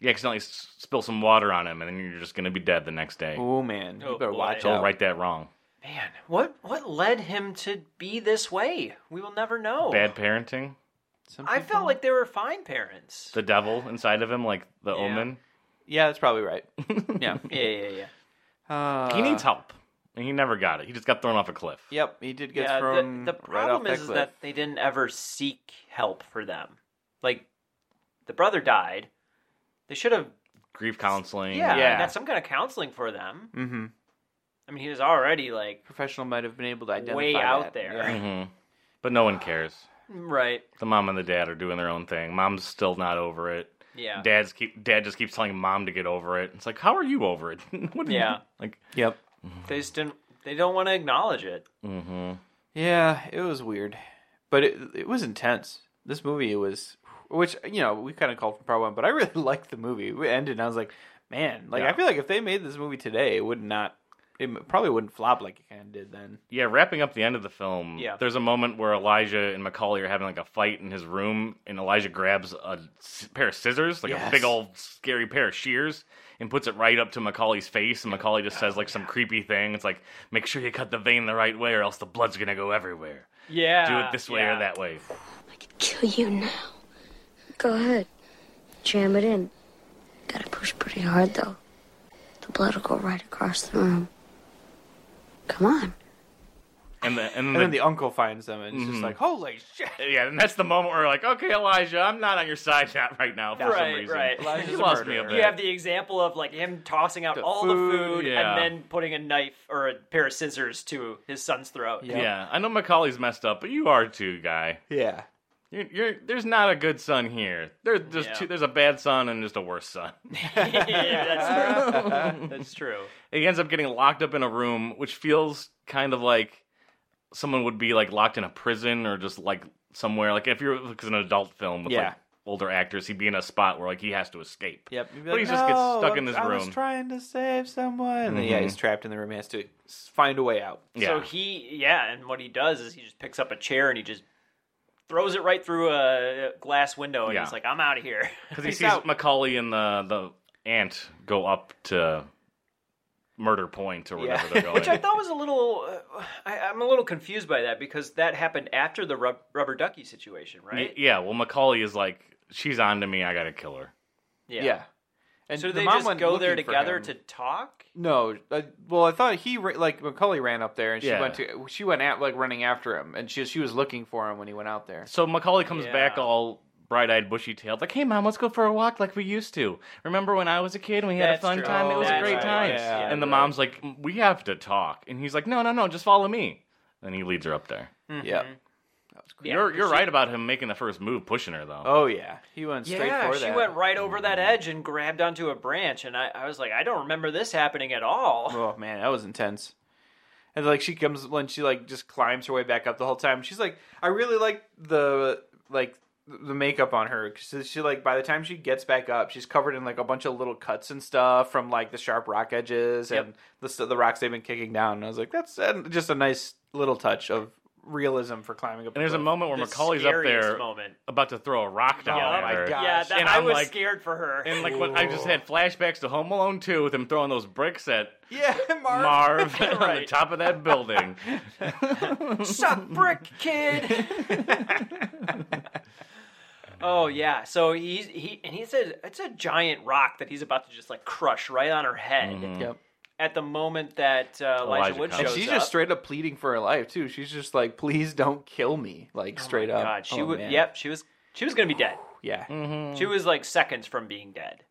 You accidentally s- spill some water on him, and then you're just gonna be dead the next day.
Oh man, you
Oh,
better
boy.
watch
Don't
out.
right that wrong.
man, what what led him to be this way? We will never know.
Bad parenting.
Some
I
people-
felt like they were fine parents.
The devil inside of him, like the omen. [laughs]
Yeah, that's probably right. Yeah,
Yeah, yeah, yeah.
uh,
He needs help. and he never got it. He just got thrown off a cliff.
Yep, he did get
yeah,
thrown.
the, the
right off
problem is, is
cliff.
that they didn't ever seek help for them. Like, the brother died. They should have,
Grief counseling.
yeah,
Yeah.
got some kind of counseling for them.
hmm
I mean, he was already like
professional might have been able to identify
way out
that.
[laughs]
there.
Yeah.
hmm But no one cares.
Right.
The mom and the dad are doing their own thing. Mom's still not over it.
Yeah.
Dad's keep dad just keeps telling mom to get over it. It's like, how are you over it? [laughs] What do you-
Yeah.
Like,
Yep.
They just didn't. They don't want to acknowledge it.
hmm
Yeah, it was weird, but it it was intense. This movie was, which you know we kind of called from part one, but I [laughs] really liked the movie. We ended, and I was like, man, like I feel like if they made this movie today, it would not, it m- probably wouldn't flop like it kind of did then.
Yeah, wrapping up the end of the film,
Yeah.
there's a moment where Elijah and Macaulay are having like a fight in his room, and Elijah grabs a s- pair of scissors, like a
Yes.
big old scary pair of shears, and puts it right up to Macaulay's face. And Macaulay just says like some creepy thing. It's like, make sure you cut the vein the right way, or else the blood's gonna go everywhere.
Yeah.
Do it this way or that way.
Kill you now.
Go ahead. Jam it in. Gotta push pretty hard, though. The blood will go right across the room. Come on.
And, the, and,
And then the uncle finds them, and it's just like, holy shit!
yeah, and that's the moment where like, okay, Elijah, I'm not on your side not right now for
Right,
some reason.
right.
Elijah's
You
a
lost me a
murderer.
bit.
You have the example of like him tossing out
The
all
food,
the food
yeah.
and then putting a knife or a pair of scissors to his son's throat.
Yeah.
Yeah, I know Macaulay's messed up, but you are too, guy.
Yeah,
You're, you're, there's not a good son here. There, there's
Yeah.
two, there's a bad son and just a worse son. [laughs]
Yeah, [laughs] that's
[laughs]
true. that's true.
he ends up getting locked up in a room, which feels kind of like someone would be like locked in a prison or just like somewhere. Like if you're because an adult film with
Yeah.
like older actors, he'd be in a spot where like he has to escape.
yep. You'd be
But he just gets stuck in this
I was
room.
trying to save someone. And then, yeah, he's trapped in the room. He has to s- find a way out.
Yeah.
So he, yeah, and what he does is he just picks up a chair and he just throws it right through a glass window and
Yeah.
he's like, "I'm out
[laughs]
of here."
because he
Peace
sees
out.
Macaulay and the the aunt go up to Murder Point or whatever
Yeah.
they're going.
[laughs] Which I thought was a little. Uh, I, I'm a little confused by that because that happened after the rub, rubber ducky situation,
Y-
right?
Yeah, well, Macaulay is like, she's on to me. I gotta kill her.
Yeah. And
So do
the
they
mom
just
went
go there
looking for
together
him.
to talk?
No, uh, well, I thought he ra- like Macaulay ran up there and she
Yeah.
went to she went at like running after him and she she was looking for him when he went out there.
So Macaulay comes
Yeah.
back all bright-eyed, bushy-tailed, like, "Hey, mom, let's go for a walk like we used to. Remember when I was a kid and we had
That's
a fun
true.
time? It was
That's
a great
right.
time."
Yeah,
and the
right.
mom's like, "We have to talk," and he's like, "No, no, no, just follow me." And he leads her up there.
Yep.
Yeah,
you're you're right about him making the first move, pushing her though.
Oh yeah, he went straight
Yeah,
for
she
that.
went right over that
Mm-hmm.
edge and grabbed onto a branch, and I, I was like, I don't remember this happening at all.
Oh man, that was intense. And like she comes when she like just climbs her way back up the whole time. She's like, I really like the like the makeup on her because she like by the time she gets back up, she's covered in like a bunch of little cuts and stuff from like the sharp rock edges and the st- the rocks they've been kicking down. And I was like, that's uh, just a nice little touch of realism for climbing up.
and there's a moment where
[laughs] The
Macaulay's up
scariest
there
moment.
about to throw a rock down
Yeah.
at
Oh my
her.
God.
yeah,
gosh.
that,
And
I
I'm
was
like-
scared for her.
And like when I just had flashbacks to Home Alone 2 with him throwing those bricks at
yeah, [laughs] Marv.
Marv [laughs]
[laughs]
on the
Right.
top of that
[laughs]
building.
Suck brick, kid. oh yeah. So he's he and he said it's a giant rock that he's about to just like crush right on her head.
Yep.
At the moment that uh, Elijah,
Elijah
Wood
comes.
shows
And
She's
up.
just straight up pleading for her life too. She's just like, please don't kill me, like
Oh my
straight up.
God, she
Oh,
would.
man.
Yep. Mm-hmm. She was. She was gonna be dead.
yeah.
She was like seconds from being dead.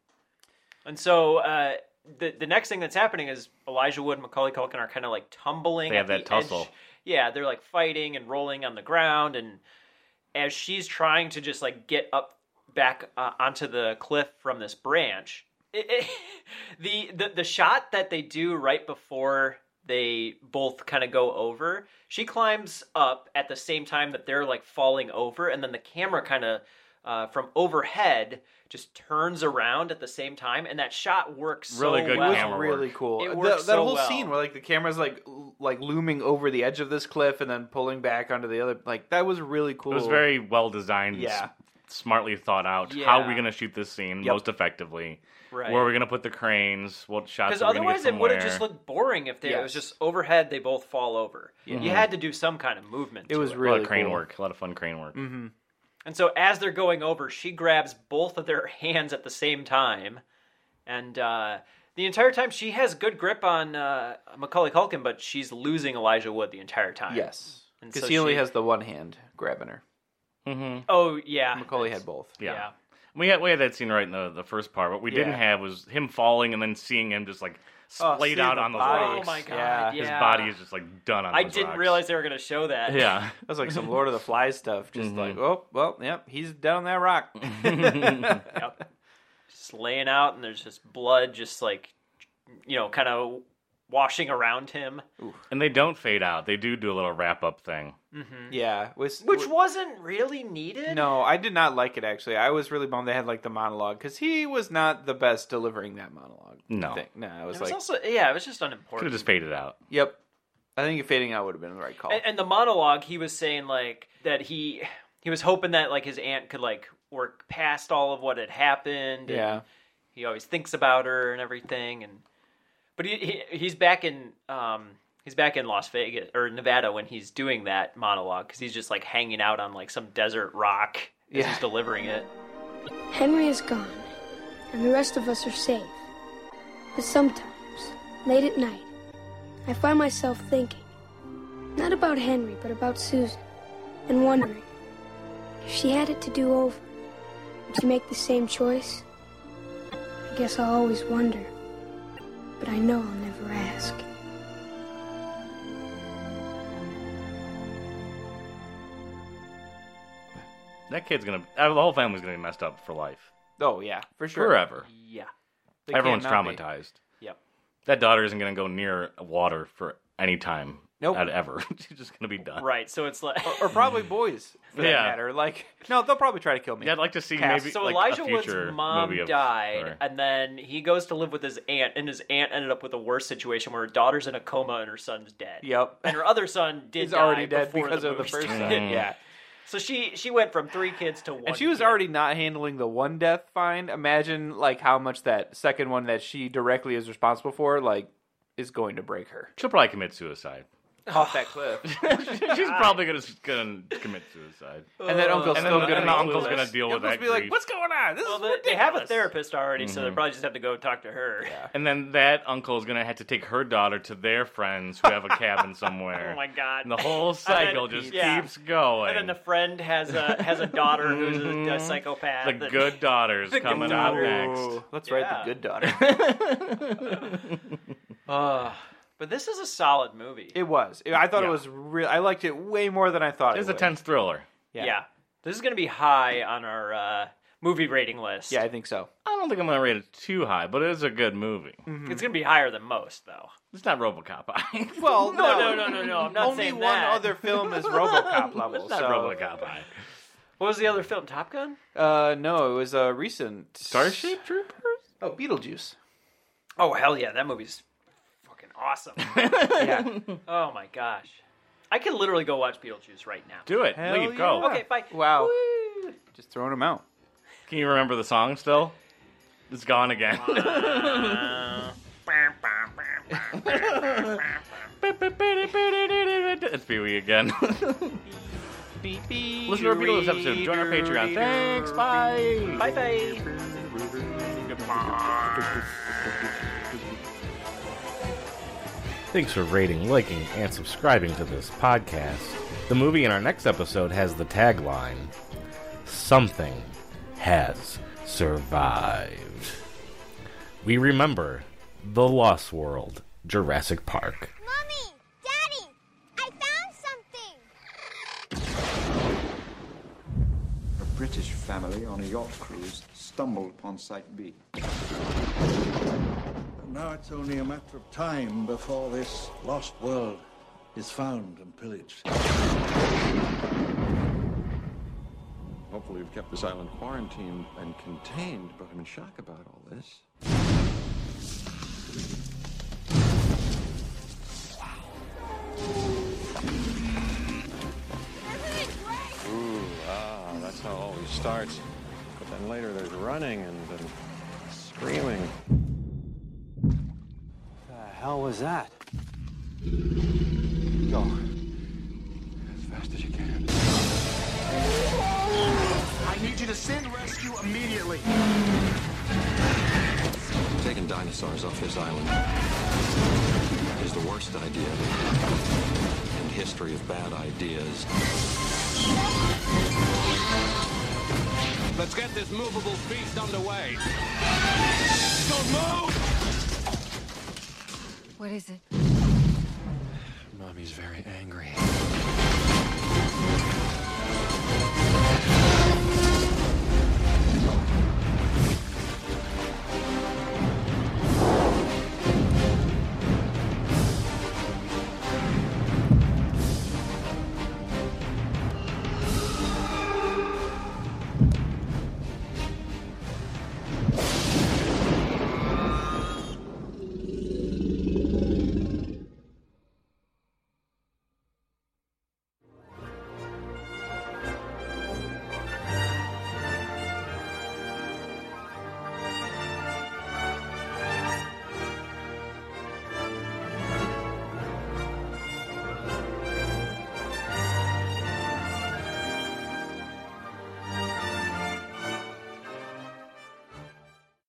And so uh, the the next thing that's happening is Elijah Wood and Macaulay Culkin are kind of like tumbling.
They have
at
that
the edge.
tussle.
Yeah, they're like fighting and rolling on the ground, and as she's trying to just like get up back uh, onto the cliff from this branch, it, it, the, the the shot that they do right before they both kind of go over she climbs up at the same time that they're like falling over and then the camera kind of uh, from overhead just turns around at the same time and that shot works so
Really good
well.
camera
was really cool.
It
The-
works
that
so
whole
well.
scene where like the camera's like l- like looming over the edge of this cliff and then pulling back onto the other like that was really cool.
It was very well designed. and
Yeah.
s- Smartly thought out. How are we
Yeah.
going to shoot this scene
Yep.
most effectively?
Right.
Where are we going to put the cranes? What shots
because
are we going to
otherwise
get
it
from
would have
where?
just looked boring if they, it was
Yes. Mm-hmm.
just overhead they both fall over you had to do some kind of movement
It
to
was
a lot
really
of crane
cool.
work. A lot of fun crane work.
and so as they're [laughs] going over she grabs both of their hands at the same time and uh, The entire time she has good grip on uh, Macaulay Culkin, but she's losing Elijah Wood the entire time.
Yes,
And
because
so
he only
she-
has the one hand grabbing her.
Mm-hmm.
Oh yeah,
Macaulay had both.
Yeah.
Yeah.
We had we had that scene right in the, the first part. What we didn't
Yeah.
have was him falling and then seeing him just like
Oh,
splayed
seeing
out
the
on the
body.
rocks.
Oh my god.
Yeah.
Yeah.
His body is just like done on.
I
those
didn't
rocks.
realize they were gonna show
[laughs]
that.
Yeah.
That was like some Lord of the Flies stuff. Just
Mhm.
like, oh well, yep, he's down on
[laughs]
that rock.
Mm-hmm. Yep. Just laying out, and there's just blood, just like, you know, kind of washing around him,
And they don't fade out. They do do a little wrap up thing.
yeah, was-
which wasn't really needed.
No, I did not like it actually. I was really bummed they had like the monologue because he was not the best delivering that monologue.
No.
thing. no, I
It
was,
was
like,
also yeah, it was just
Could
unimportant.
have just faded out.
yep. I think fading out would have been the right call.
and, and the monologue he was saying like that he he was hoping that like his aunt could like work past all of what had happened and
yeah,
he always thinks about her and everything and but he, he he's back in um he's back in las vegas or nevada when he's doing that monologue because he's just like hanging out on like some desert rock as
Yeah.
he's delivering it
Henry is gone, and the rest of us are safe. But sometimes, late at night, I find myself thinking, not about Henry, but about Susan, and wondering if she had it to do over, would she make the same choice? I guess I'll always wonder, but I know I'll never ask.
That kid's gonna. uh, The whole family's gonna be messed up for life.
oh yeah, for sure.
Forever.
yeah
They
Everyone's
can't not be.
traumatized.
Yep.
That daughter isn't gonna go near water for any time.
Nope.
At ever. [laughs] She's just gonna be done.
right so it's like
Or probably boys, for that
Yeah.
matter. Like, no, they'll probably try to kill me.
Yeah, I'd like to see
Cast.
maybe
so
like,
Elijah
a future
Wood's mom
movie of
died,
her.
and then he goes to live with his aunt, and his aunt ended up with a worse situation where her daughter's in a coma and her son's dead.
[laughs]
Yep.
And her other son
[laughs]
did
He's
die
already dead
before
because
the
of the
movie
first
started.
one.
Mm.
Yeah.
So she she went from three kids to one.
And she was
kid.
already not handling the one death fine. Imagine like how much that second one that she directly is responsible for, like, is going to break her.
She'll probably commit
[laughs]
suicide.
Off that cliff.
She's probably gonna, gonna commit
[laughs]
suicide.
and then uncle's
and
still
then the,
gonna
and
be
the uncle's
clueless.
gonna deal with
Uncle's
that
be like,
grief.
"What's going on? This
Well,
is
they, they have a
ridiculous." Mm-hmm.
therapist already, so they probably just have to go talk to her.
And then that uncle is gonna have to take her daughter to their friends who have a
[laughs]
cabin somewhere.
Oh my god.
And the whole cycle just
yeah.
keeps going.
and then the friend has a has a daughter who's a,
Mm-hmm.
a psychopath.
The
and-
good daughter's
[laughs] The good
coming out
daughter.
next.
Ooh, Let's
Yeah.
write the good
[laughs]
daughter.
[sighs] But this is a solid movie.
it was. I thought
Yeah.
it was real. I liked it way more than I thought.
It's
it
a
would.
tense thriller.
yeah. This is gonna be high on our uh, movie rating list.
Yeah, I think so.
I don't think I'm gonna rate it too high, but it is a good movie.
Mm.
It's gonna be higher than most, though.
It's not RoboCop. high. [laughs]
Well,
No, no, no, no, no. I'm not
Only
saying
one
that.
other film is RoboCop
[laughs]
level.
it's not
so-
RoboCop. high.
What was the other film? Top Gun?
Uh, no, it was a recent
Starship Troopers. [laughs]
Oh, Beetlejuice.
Oh hell yeah, that movie's fucking awesome.
Yeah.
[laughs] oh my gosh, I could literally go watch Beetlejuice right now.
Do it.
Hell
Leave.
yeah.
Go.
Okay, bye.
wow.
Woo.
Just throwing him out.
Can you remember the song still? It's gone again. [laughs] it's Pee Wee again. Listen to our Beatles episode. Join our Patreon. Thanks. Bye.
Bye bye.
Thanks for rating, liking, and subscribing to this podcast. The movie in our next episode has the tagline Something has survived. We remember The Lost World, Jurassic Park.
Mommy! Daddy! I found something!
A British family on a yacht cruise stumbled upon Site B.
Now it's only a matter of time before this lost world is found and pillaged.
Hopefully, we've kept this island quarantined and contained, but I'm in shock about all this. Ooh, ah, that's how it always starts. But then later, there's running and, and screaming.
The hell was that?
Go as fast as you can.
I need you to send rescue immediately.
Take taking dinosaurs off his island is the worst idea in the history of bad ideas.
Let's get this movable feast underway. Don't move!
What is it?
Mommy's very angry.